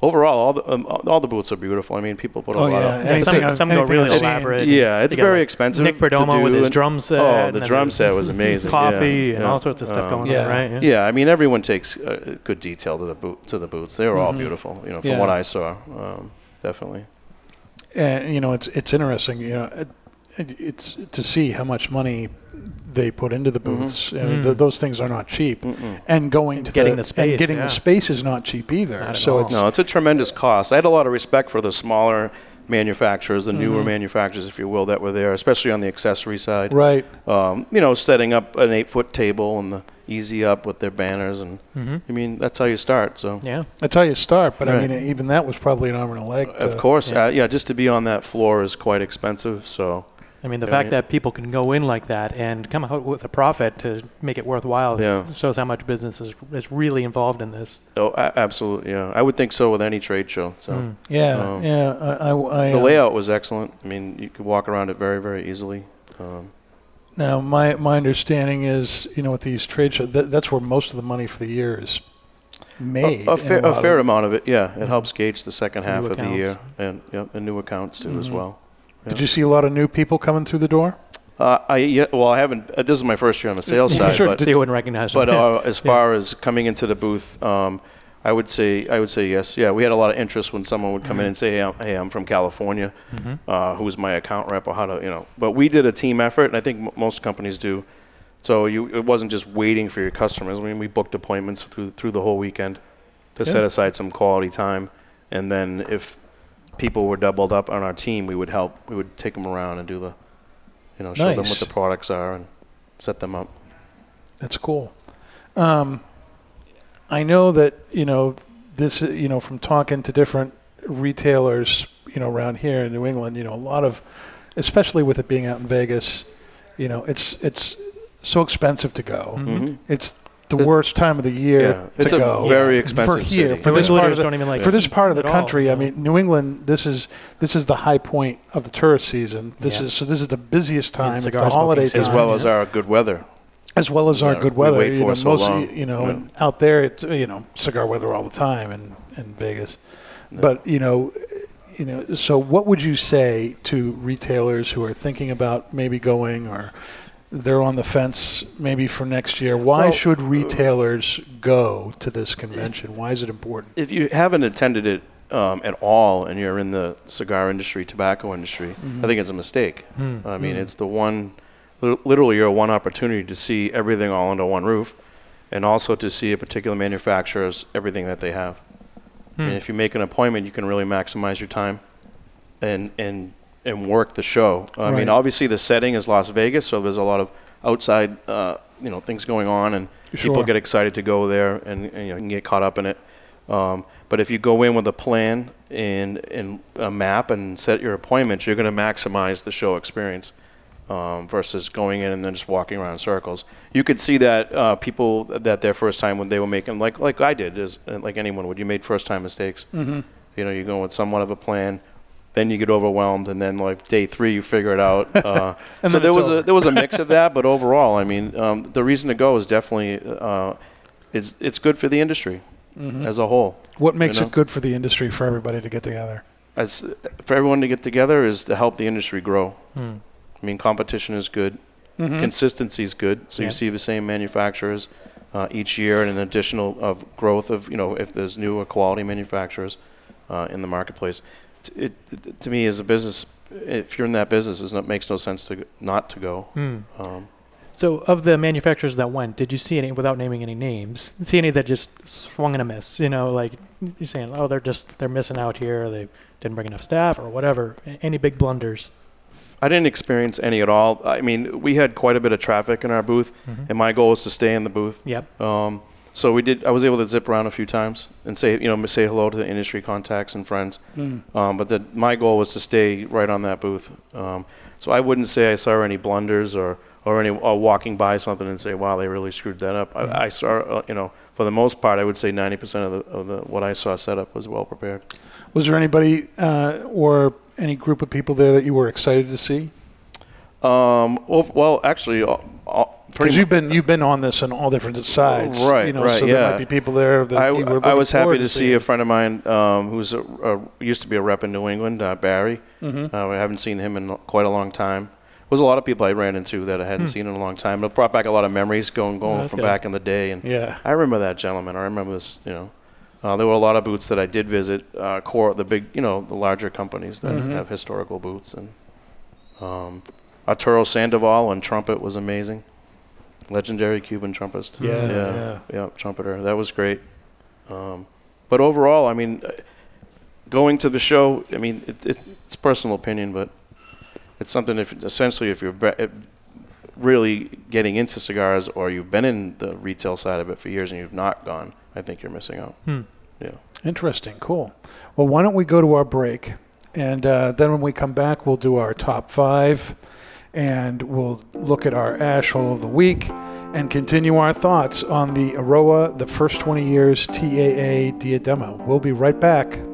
[SPEAKER 9] Overall, all the um, all the booths are beautiful. I mean, people put a
[SPEAKER 8] Oh
[SPEAKER 9] lot.
[SPEAKER 8] yeah,
[SPEAKER 9] Of,
[SPEAKER 7] Yeah, some-
[SPEAKER 8] anything I've-
[SPEAKER 7] some go
[SPEAKER 8] anything
[SPEAKER 7] really
[SPEAKER 8] I've seen.
[SPEAKER 7] elaborate.
[SPEAKER 9] yeah, it's
[SPEAKER 7] They got,
[SPEAKER 9] very
[SPEAKER 7] like,
[SPEAKER 9] expensive.
[SPEAKER 7] Nick
[SPEAKER 9] to
[SPEAKER 7] Perdomo
[SPEAKER 9] do,
[SPEAKER 7] with his
[SPEAKER 9] and-
[SPEAKER 7] drum set.
[SPEAKER 9] Oh,
[SPEAKER 7] and
[SPEAKER 9] the
[SPEAKER 7] then
[SPEAKER 9] drum
[SPEAKER 7] there's
[SPEAKER 9] set was amazing. yeah,
[SPEAKER 7] Coffee and
[SPEAKER 9] yeah.
[SPEAKER 7] all sorts of stuff
[SPEAKER 9] Um,
[SPEAKER 7] going
[SPEAKER 8] yeah.
[SPEAKER 7] on, right?
[SPEAKER 9] Yeah, I mean, everyone takes uh, good detail to the boot to the boots. They were all beautiful, you know, from
[SPEAKER 8] Mm-hmm. Yeah.
[SPEAKER 9] what I saw. Um, definitely.
[SPEAKER 8] and you know it's it's interesting you know it, it- it's to see how much money they put into the
[SPEAKER 9] Mm-hmm.
[SPEAKER 8] booths I mean, th- those things are not cheap and going to
[SPEAKER 7] Mm. getting the
[SPEAKER 8] and
[SPEAKER 7] space,
[SPEAKER 8] getting
[SPEAKER 7] yeah.
[SPEAKER 8] the space is not cheap either
[SPEAKER 7] Not at
[SPEAKER 8] so
[SPEAKER 7] all.
[SPEAKER 8] it's
[SPEAKER 9] No, it's a tremendous cost. I had a lot of respect for the smaller manufacturers,
[SPEAKER 8] Mm-hmm.
[SPEAKER 9] the newer manufacturers, if you will, that were there, especially on the accessory side.
[SPEAKER 8] right
[SPEAKER 9] Um, you know, setting up an eight-foot table and the easy up with their banners, and I mean that's how you start. So,
[SPEAKER 7] Mm-hmm. Yeah.
[SPEAKER 8] that's how you start but i
[SPEAKER 9] Right.
[SPEAKER 8] mean even that was probably an arm and a leg
[SPEAKER 9] of
[SPEAKER 8] to-
[SPEAKER 9] course, yeah. Uh, yeah, just to be on that floor is quite expensive. So,
[SPEAKER 7] <laughs> I mean, the
[SPEAKER 9] Yeah,
[SPEAKER 7] fact
[SPEAKER 9] yeah.
[SPEAKER 7] that people can go in like that and come out with a profit to make it worthwhile
[SPEAKER 9] Yeah.
[SPEAKER 7] shows how much business is, is really involved in this.
[SPEAKER 9] oh, a- absolutely, yeah, I would think so with any trade show. So,
[SPEAKER 7] Mm.
[SPEAKER 8] yeah
[SPEAKER 9] Um,
[SPEAKER 8] yeah i, I, I
[SPEAKER 9] the
[SPEAKER 8] uh,
[SPEAKER 9] layout was excellent. I mean, you could walk around it very, very easily. Um,
[SPEAKER 8] now my my understanding is you know with these trade shows that, that's where most of the money for the year is made
[SPEAKER 9] A, a
[SPEAKER 8] in
[SPEAKER 9] fair,
[SPEAKER 8] lot
[SPEAKER 9] a
[SPEAKER 8] of-
[SPEAKER 9] fair amount of it, yeah. It helps gauge the second half of the
[SPEAKER 7] Mm-hmm. accounts.
[SPEAKER 9] year and yep, and new accounts too
[SPEAKER 8] Mm-hmm.
[SPEAKER 9] as well.
[SPEAKER 8] did you see a lot of new people coming through the door
[SPEAKER 9] Uh, I yeah, well, I haven't. Uh, this is my first year on the
[SPEAKER 7] <laughs>
[SPEAKER 9] sales side,
[SPEAKER 8] Sure,
[SPEAKER 9] but
[SPEAKER 7] so you wouldn't recognize
[SPEAKER 9] but
[SPEAKER 7] them.
[SPEAKER 9] uh, as far as coming into the booth, um, I would say I would say yes. Yeah, we had a lot of interest when someone would come
[SPEAKER 7] Mm-hmm.
[SPEAKER 9] in and say, "Hey, I'm, hey, I'm from California. Uh, who's my account rep, or how to you know?" But we did a team effort, and I think m- most companies do. So you, it wasn't just waiting for your customers. I mean, we booked appointments through through the whole weekend to set aside some quality time, and then if people were doubled up on our team, we would help. We would take them around and do the, you know, show them
[SPEAKER 8] Nice.
[SPEAKER 9] what the products are and set them up.
[SPEAKER 8] That's cool. Um, I know that you know this. You know, from talking to different retailers, you know, around here in New England, you know, a lot of, especially with it being out in Vegas, you know, it's it's so expensive to go. It's the
[SPEAKER 9] It's-
[SPEAKER 8] worst time of the year
[SPEAKER 9] Yeah,
[SPEAKER 8] to
[SPEAKER 9] it's a
[SPEAKER 8] go.
[SPEAKER 9] very
[SPEAKER 8] for
[SPEAKER 9] expensive
[SPEAKER 8] here
[SPEAKER 9] city.
[SPEAKER 8] for this
[SPEAKER 7] Regulators
[SPEAKER 8] part of the
[SPEAKER 7] don't even like
[SPEAKER 8] for
[SPEAKER 7] it
[SPEAKER 8] this part of the
[SPEAKER 7] at all,
[SPEAKER 8] country. I
[SPEAKER 7] so.
[SPEAKER 8] mean, New England. This is this is the high point of the tourist season. This
[SPEAKER 7] Yeah.
[SPEAKER 8] is so this is the busiest time. It's
[SPEAKER 7] cigar
[SPEAKER 8] the
[SPEAKER 7] smoking
[SPEAKER 8] holiday
[SPEAKER 7] season.
[SPEAKER 8] time
[SPEAKER 9] as well as our good weather.
[SPEAKER 8] as well as our
[SPEAKER 9] Yeah,
[SPEAKER 8] good
[SPEAKER 9] we
[SPEAKER 8] weather.
[SPEAKER 9] wait
[SPEAKER 8] you
[SPEAKER 9] for
[SPEAKER 8] know,
[SPEAKER 9] it so
[SPEAKER 8] mostly,
[SPEAKER 9] long.
[SPEAKER 8] you know,
[SPEAKER 9] Yeah.
[SPEAKER 8] and out there, it's you know, cigar weather all the time in in Vegas. But you know, you know, so what would you say to retailers who are thinking about maybe going or they're on the fence maybe for next year? Why
[SPEAKER 9] Well, uh,
[SPEAKER 8] should retailers go to this convention? Why is it important?
[SPEAKER 9] If you haven't attended it um, at all and you're in the cigar industry, tobacco industry, I think it's a mistake. I mean, it's the one, li- literally, your one opportunity to see everything all under one roof and also to see a particular manufacturer's everything that they have. And if you make an appointment, you can really maximize your time and, and, and work the show. I
[SPEAKER 8] Right.
[SPEAKER 9] mean, obviously, the setting is Las Vegas, so there's a lot of outside, uh, you know, things going on, and
[SPEAKER 8] Sure.
[SPEAKER 9] people get excited to go there and, and you, know, you can get caught up in it. Um, but if you go in with a plan and, and a map and set your appointments, you're going to maximize the show experience um, versus going in and then just walking around in circles. You could see that uh, people that their first time when they were making like like I did is uh, like anyone would you made first time mistakes.
[SPEAKER 8] Mm-hmm.
[SPEAKER 9] You know, you go with somewhat of a plan, then you get overwhelmed, and then like day three you figure it out.
[SPEAKER 8] <laughs>
[SPEAKER 9] Uh, so
[SPEAKER 8] then
[SPEAKER 9] there
[SPEAKER 8] it's
[SPEAKER 9] was
[SPEAKER 8] over.
[SPEAKER 9] a there was a mix of that, but overall, I mean, um, the reason to go is definitely uh, it's it's good for the industry as a whole.
[SPEAKER 8] Mm-hmm. What makes
[SPEAKER 9] You know?
[SPEAKER 8] it good for the industry for everybody to get together?
[SPEAKER 9] as for everyone to get together is to help the industry grow.
[SPEAKER 8] Hmm.
[SPEAKER 9] I mean, competition is good,
[SPEAKER 8] Mm-hmm.
[SPEAKER 9] consistency is good. So
[SPEAKER 7] Yeah.
[SPEAKER 9] you see the same manufacturers uh, each year, and an additional of growth of you know if there's newer quality manufacturers uh, in the marketplace. T- It, it to me as a business, if you're in that business, it's not, makes no sense to g- not to go.
[SPEAKER 8] Hmm.
[SPEAKER 9] Um,
[SPEAKER 7] So, of the manufacturers that went, did you see any, without naming any names, <laughs> see any that just swung and a miss? You know, like you're saying, oh, they're just they're missing out here. They didn't bring enough staff or whatever. A- Any big blunders?
[SPEAKER 9] I didn't experience any at all. I mean, we had quite a bit of traffic in our booth, and my goal was to stay in the booth.
[SPEAKER 7] Yep.
[SPEAKER 9] Um, so we did. I was able to zip around a few times and say, you know, say hello to the industry contacts and friends. Um, but the, my goal was to stay right on that booth. Um, so I wouldn't say I saw any blunders or or any or walking by something and say, wow, they really screwed that up. I, I saw, uh, you know, for the most part, I would say 90% of the of the what I saw set up was well prepared.
[SPEAKER 8] Was there anybody uh, or any group of people there that you were excited to see?
[SPEAKER 9] Um, well, well, actually, all, all,
[SPEAKER 8] Because
[SPEAKER 9] pretty
[SPEAKER 8] you've been you've been on this on all different sides,
[SPEAKER 9] Right,
[SPEAKER 8] You know,
[SPEAKER 9] right,
[SPEAKER 8] so there
[SPEAKER 9] yeah.
[SPEAKER 8] might be people there that
[SPEAKER 9] I,
[SPEAKER 8] you were
[SPEAKER 9] I
[SPEAKER 8] looking
[SPEAKER 9] was
[SPEAKER 8] forward
[SPEAKER 9] happy to see
[SPEAKER 8] seeing.
[SPEAKER 9] a friend of mine um, who's a, a, used to be a rep in New England, uh, Barry. Uh, I haven't seen him in quite a long time. There was a lot of people I ran into that I hadn't seen in a long time. It brought back a lot of memories going going
[SPEAKER 7] that's
[SPEAKER 9] from
[SPEAKER 7] good.
[SPEAKER 9] back in the day. And
[SPEAKER 8] Yeah.
[SPEAKER 9] I remember that gentleman. I remember this. You know, uh, there were a lot of booths that I did visit. Uh, core, the big, you know, the larger companies that have historical booths. And um, Arturo Sandoval on trumpet was amazing. Legendary Cuban trumpetist.
[SPEAKER 8] Yeah, yeah.
[SPEAKER 9] yeah, yeah, trumpeter. That was great. Um, but overall, I mean, uh, going to the show, I mean, it, it, it's personal opinion, but it's something. If essentially, if you're bre- if really getting into cigars, or you've been in the retail side of it for years and you've not gone, I think you're missing out. Yeah.
[SPEAKER 8] Interesting. Cool. Well, why don't we go to our break? And uh, then when we come back, we'll do our top five and we'll look at our ash hole of the week and continue our thoughts on the Aroa, the first 20 years TAA Dia demo. We'll be right back.
[SPEAKER 11] <laughs>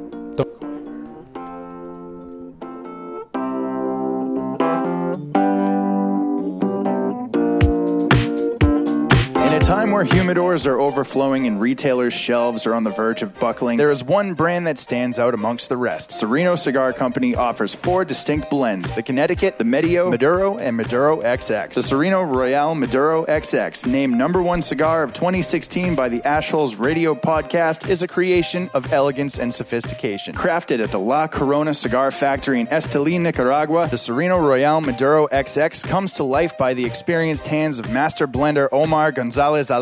[SPEAKER 11] In a time where humidors are overflowing and retailers' shelves are on the verge of buckling, there is one brand that stands out amongst the rest. Sereno Cigar Company offers four distinct blends the Connecticut, the Medio, Maduro, and Maduro XX. The Sereno Royale Maduro XX, named number one cigar of 2016 by the Ashholes Radio Podcast, is a creation of elegance and sophistication. Crafted at the La Corona Cigar Factory in Esteli, Nicaragua, the Sereno Royale Maduro XX comes to life by the experienced hands of master blender Omar Gonzalez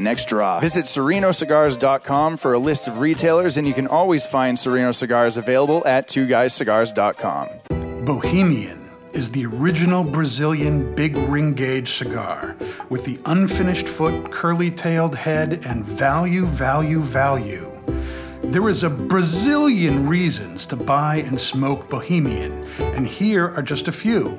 [SPEAKER 11] next draw. Visit serenocigars.com for a list of retailers, and you can always find Sereno Cigars available at twoguyscigars.com.
[SPEAKER 12] Bohemian is the original Brazilian big ring gauge cigar with the unfinished foot, curly tailed head, and value, value, value. There is a Brazilian reasons to buy and smoke Bohemian, and here are just a few.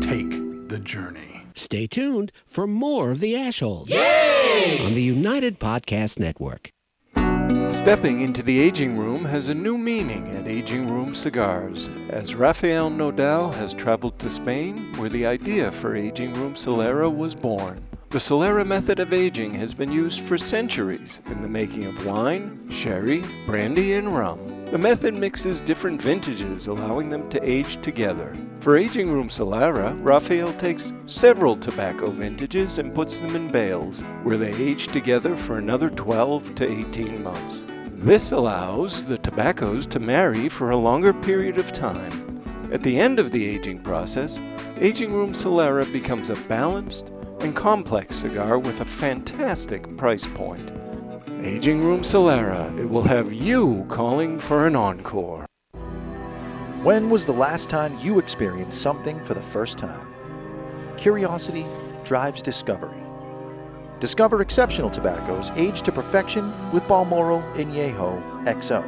[SPEAKER 12] Take the journey.
[SPEAKER 13] Stay tuned for more of the Ashholes on the United Podcast Network.
[SPEAKER 2] Stepping into the aging room has a new meaning at Aging Room Cigars, as Rafael Nodal has traveled to Spain, where the idea for Aging Room Solera was born. The Solera method of aging has been used for centuries in the making of wine, sherry, brandy, and rum. The method mixes different vintages, allowing them to age together. For Aging Room Solera, Rafael takes several tobacco vintages and puts them in bales, where they age together for another 12 to 18 months. This allows the tobaccos to marry for a longer period of time. At the end of the aging process, Aging Room Solera becomes a balanced and complex cigar with a fantastic price point. Aging Room Solera, it will have you calling for an encore.
[SPEAKER 13] When was the last time you experienced something for the first time? Curiosity drives discovery. Discover exceptional tobaccos aged to perfection with Balmoral Añejo XO.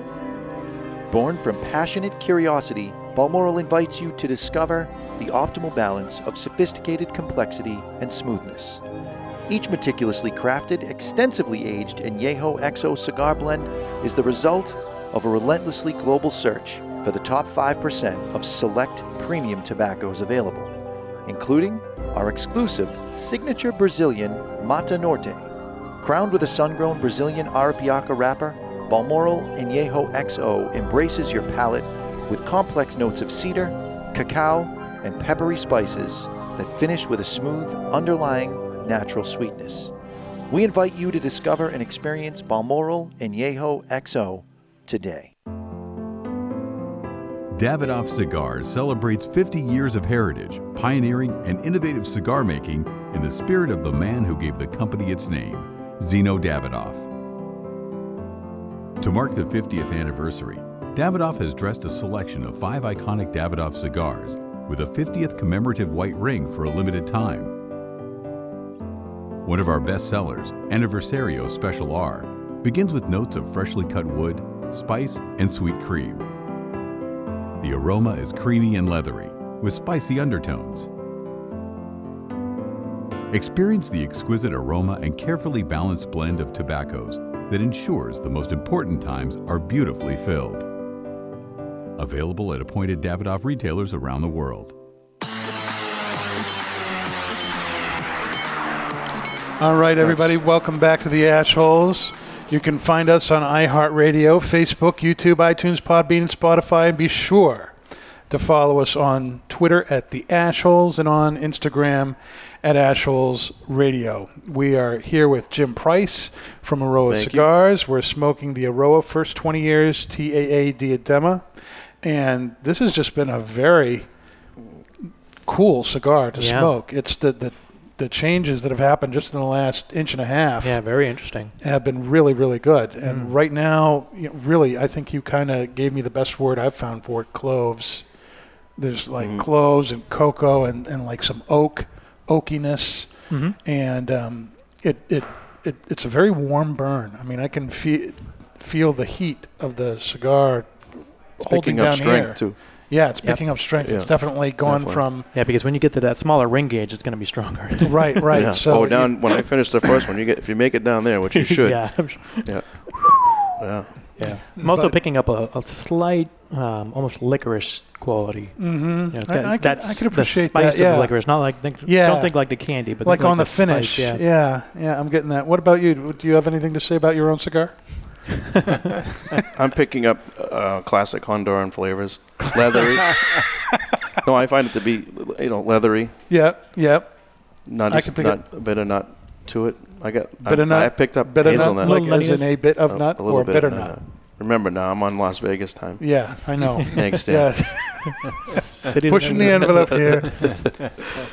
[SPEAKER 13] Born from passionate curiosity, Balmoral invites you to discover the optimal balance of sophisticated complexity and smoothness. Each meticulously crafted, extensively aged Añejo XO cigar blend is the result of a relentlessly global search for the top 5% of select premium tobaccos available, including our exclusive signature Brazilian Mata Norte. Crowned with a sun-grown Brazilian Arapiaca wrapper, Balmoral Añejo XO embraces your palate with complex notes of cedar, cacao, and peppery spices that finish with a smooth, underlying, natural sweetness. We invite you to discover and experience Balmoral Añejo XO today.
[SPEAKER 14] Davidoff Cigars celebrates 50 years of heritage, pioneering, and innovative cigar making in the spirit of the man who gave the company its name, Zeno Davidoff. To mark the 50th anniversary, Davidoff has dressed a selection of five iconic Davidoff cigars with a 50th commemorative white ring for a limited time. One of our best sellers, Anniversario Special R, begins with notes of freshly cut wood, spice, and sweet cream. The aroma is creamy and leathery, with spicy undertones. Experience the exquisite aroma and carefully balanced blend of tobaccos that ensures the most important times are beautifully filled. Available at appointed Davidoff retailers around the world.
[SPEAKER 8] All right, everybody, welcome back to the Ash Holes. You can find us on iHeartRadio, Facebook, YouTube, iTunes, Podbean, and Spotify, and be sure to follow us on Twitter at the Ash Holes and on Instagram at Ash Holes Radio. We are here with Jim Price from Aroa
[SPEAKER 9] Thank you.
[SPEAKER 8] Cigars. We're smoking the Aroa First 20 Years TAA Diadema, and this has just been a very cool cigar to
[SPEAKER 7] Yeah.
[SPEAKER 8] smoke. It's the, the the changes that have happened just in the last inch and a half
[SPEAKER 7] Yeah, Mm. very interesting.
[SPEAKER 8] have been really, really good. And right now, you know, really, I think you kind of gave me the best word I've found for it cloves. There's like
[SPEAKER 9] Mm-hmm.
[SPEAKER 8] cloves and cocoa and, and like some oak, oakiness.
[SPEAKER 7] Mhm.
[SPEAKER 8] And um, it, it, it, it's a very warm burn. I mean, I can feel, feel the heat of the cigar
[SPEAKER 9] It's
[SPEAKER 8] holding
[SPEAKER 9] picking up
[SPEAKER 8] down
[SPEAKER 9] strength,
[SPEAKER 8] here.
[SPEAKER 9] too.
[SPEAKER 8] Yeah, it's
[SPEAKER 7] Yep.
[SPEAKER 8] picking up strength. It's definitely gone from
[SPEAKER 7] yeah, because when you get to that smaller ring gauge, it's going to be stronger.
[SPEAKER 8] <laughs> right, right.
[SPEAKER 9] Yeah.
[SPEAKER 8] So
[SPEAKER 9] oh, down when I finish the first one, you get if you make it down there,
[SPEAKER 8] <laughs>
[SPEAKER 9] which you should.
[SPEAKER 7] Yeah, I'm sure.
[SPEAKER 9] Yeah. Yeah.
[SPEAKER 7] Yeah. I'm
[SPEAKER 8] Mm.
[SPEAKER 7] also
[SPEAKER 8] But-
[SPEAKER 7] picking up a, a slight, um, almost licorice quality.
[SPEAKER 8] Mhm.
[SPEAKER 7] You know, it's
[SPEAKER 8] I-
[SPEAKER 7] got
[SPEAKER 8] I can-
[SPEAKER 7] that
[SPEAKER 8] I
[SPEAKER 7] s-
[SPEAKER 8] can appreciate
[SPEAKER 7] the spice
[SPEAKER 8] that,
[SPEAKER 7] of
[SPEAKER 8] yeah.
[SPEAKER 7] the licorice. Not like think,
[SPEAKER 8] Yeah.
[SPEAKER 7] don't think like the candy, but
[SPEAKER 8] like,
[SPEAKER 7] think
[SPEAKER 8] on the,
[SPEAKER 7] spice,
[SPEAKER 8] finish.
[SPEAKER 7] yeah.
[SPEAKER 8] yeah, yeah, I'm getting that. What about you? Do you have anything to say about your own
[SPEAKER 7] <laughs>
[SPEAKER 8] cigar?
[SPEAKER 9] I'm picking up uh, classic Honduran flavors,
[SPEAKER 8] <laughs>
[SPEAKER 9] leathery. no, I find it to be you know leathery,
[SPEAKER 8] Yeah, yeah.
[SPEAKER 9] not
[SPEAKER 8] I
[SPEAKER 9] just,
[SPEAKER 8] can pick
[SPEAKER 9] not a bit of nut to it. I got I-
[SPEAKER 8] Bitter nut?
[SPEAKER 9] I picked up
[SPEAKER 8] Bitter nut,
[SPEAKER 9] hazelnut, Oh,
[SPEAKER 8] like Little as in nuttiness? a bit of nut
[SPEAKER 9] a little
[SPEAKER 8] or
[SPEAKER 9] bit
[SPEAKER 8] bitter
[SPEAKER 9] of
[SPEAKER 8] nut?
[SPEAKER 9] Remember now, I'm on Las Vegas time.
[SPEAKER 8] Yeah, I
[SPEAKER 9] <laughs>
[SPEAKER 7] <laughs>
[SPEAKER 8] know.
[SPEAKER 9] Thanks, Dan. <laughs>
[SPEAKER 7] City
[SPEAKER 8] Pushing the envelope here.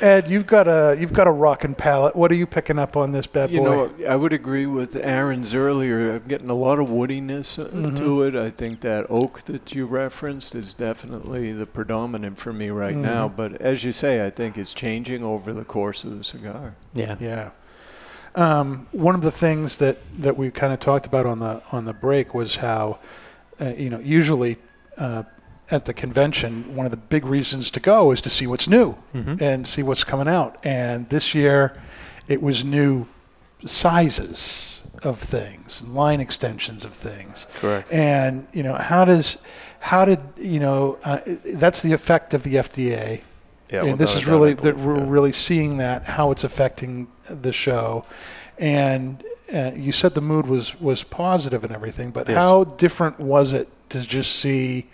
[SPEAKER 7] <laughs>
[SPEAKER 8] Ed, you've got a you've got a rockin' palate. What are you picking up on this bad
[SPEAKER 2] You
[SPEAKER 8] boy?
[SPEAKER 2] know, I would agree with Aaron's earlier. I'm getting a lot of woodiness uh,
[SPEAKER 8] Mhm.
[SPEAKER 2] to it. I think that oak that you referenced is definitely the predominant for me right now.
[SPEAKER 8] Mhm.
[SPEAKER 2] But as you say, I think it's changing over the course of the cigar.
[SPEAKER 7] Yeah.
[SPEAKER 8] Yeah. Um, one of the things that, that we kind of talked about on the on the break was how, uh, you know, usually uh, at the convention, one of the big reasons to go is to see what's new
[SPEAKER 9] Mm-hmm.
[SPEAKER 7] Mhm.
[SPEAKER 8] and see what's coming out. And this year, it was new sizes. of things, line extensions of things.
[SPEAKER 9] Correct.
[SPEAKER 8] And you know how does how did you know uh, that's the effect of the FDA.
[SPEAKER 9] Yeah,
[SPEAKER 8] and this
[SPEAKER 9] without a
[SPEAKER 8] is
[SPEAKER 9] doubt,
[SPEAKER 8] really
[SPEAKER 9] I
[SPEAKER 8] that we're really seeing that how it's affecting the show, and uh, you said the mood was was positive and everything, but
[SPEAKER 9] Yes.
[SPEAKER 8] how different was it to just see?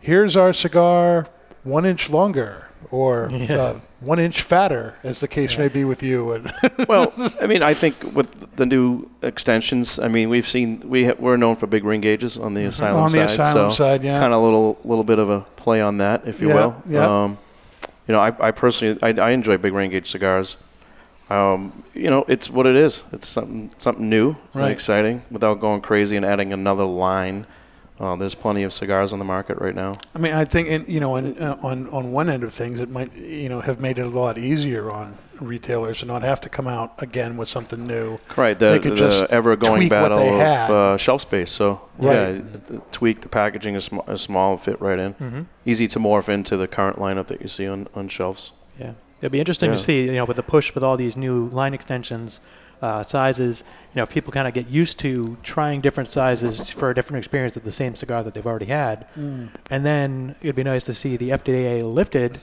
[SPEAKER 8] Here's our cigar, one inch longer, <laughs> or uh, one inch fatter, as the case may be with you. <laughs> And
[SPEAKER 9] well, I mean, I think with the new extensions, I mean, we've seen we ha- we're known for big ring gauges on the asylum
[SPEAKER 8] Mm-hmm. On the
[SPEAKER 9] side.
[SPEAKER 8] asylum
[SPEAKER 9] so
[SPEAKER 8] side, yeah.
[SPEAKER 9] Kind of a little little bit of a play on that, if you
[SPEAKER 8] Yeah,
[SPEAKER 9] will.
[SPEAKER 8] yeah.
[SPEAKER 9] Um, you know, I, I personally I, I enjoy big ring gauge cigars. Um, you know, it's what it is. It's something something new, and
[SPEAKER 8] Right.
[SPEAKER 9] exciting, without going crazy and adding another line. Uh, there's plenty of cigars on the market right now.
[SPEAKER 8] I mean, I think, in, you know, on, uh, on on one end of things, it might, you know, have made it a lot easier on retailers to not have to come out again with something new.
[SPEAKER 9] Right, the,
[SPEAKER 8] they could just
[SPEAKER 9] the ever-going
[SPEAKER 8] tweak what
[SPEAKER 9] battle
[SPEAKER 8] they
[SPEAKER 9] of
[SPEAKER 8] had.
[SPEAKER 9] uh, shelf space. So yeah,
[SPEAKER 8] Right. Mm-hmm.
[SPEAKER 9] th- tweak the packaging is, sm- is small, fit right in,
[SPEAKER 7] Mhm.
[SPEAKER 9] easy to morph into the current lineup that you see on, on shelves.
[SPEAKER 7] Yeah, it'd be interesting
[SPEAKER 9] Yeah.
[SPEAKER 7] to see. You know, with the push with all these new line extensions, uh, sizes. You know, if people kind of get used to trying different sizes for a different experience of the same cigar that they've already had,
[SPEAKER 8] Mm.
[SPEAKER 7] and then it'd be nice to see the FDA lifted,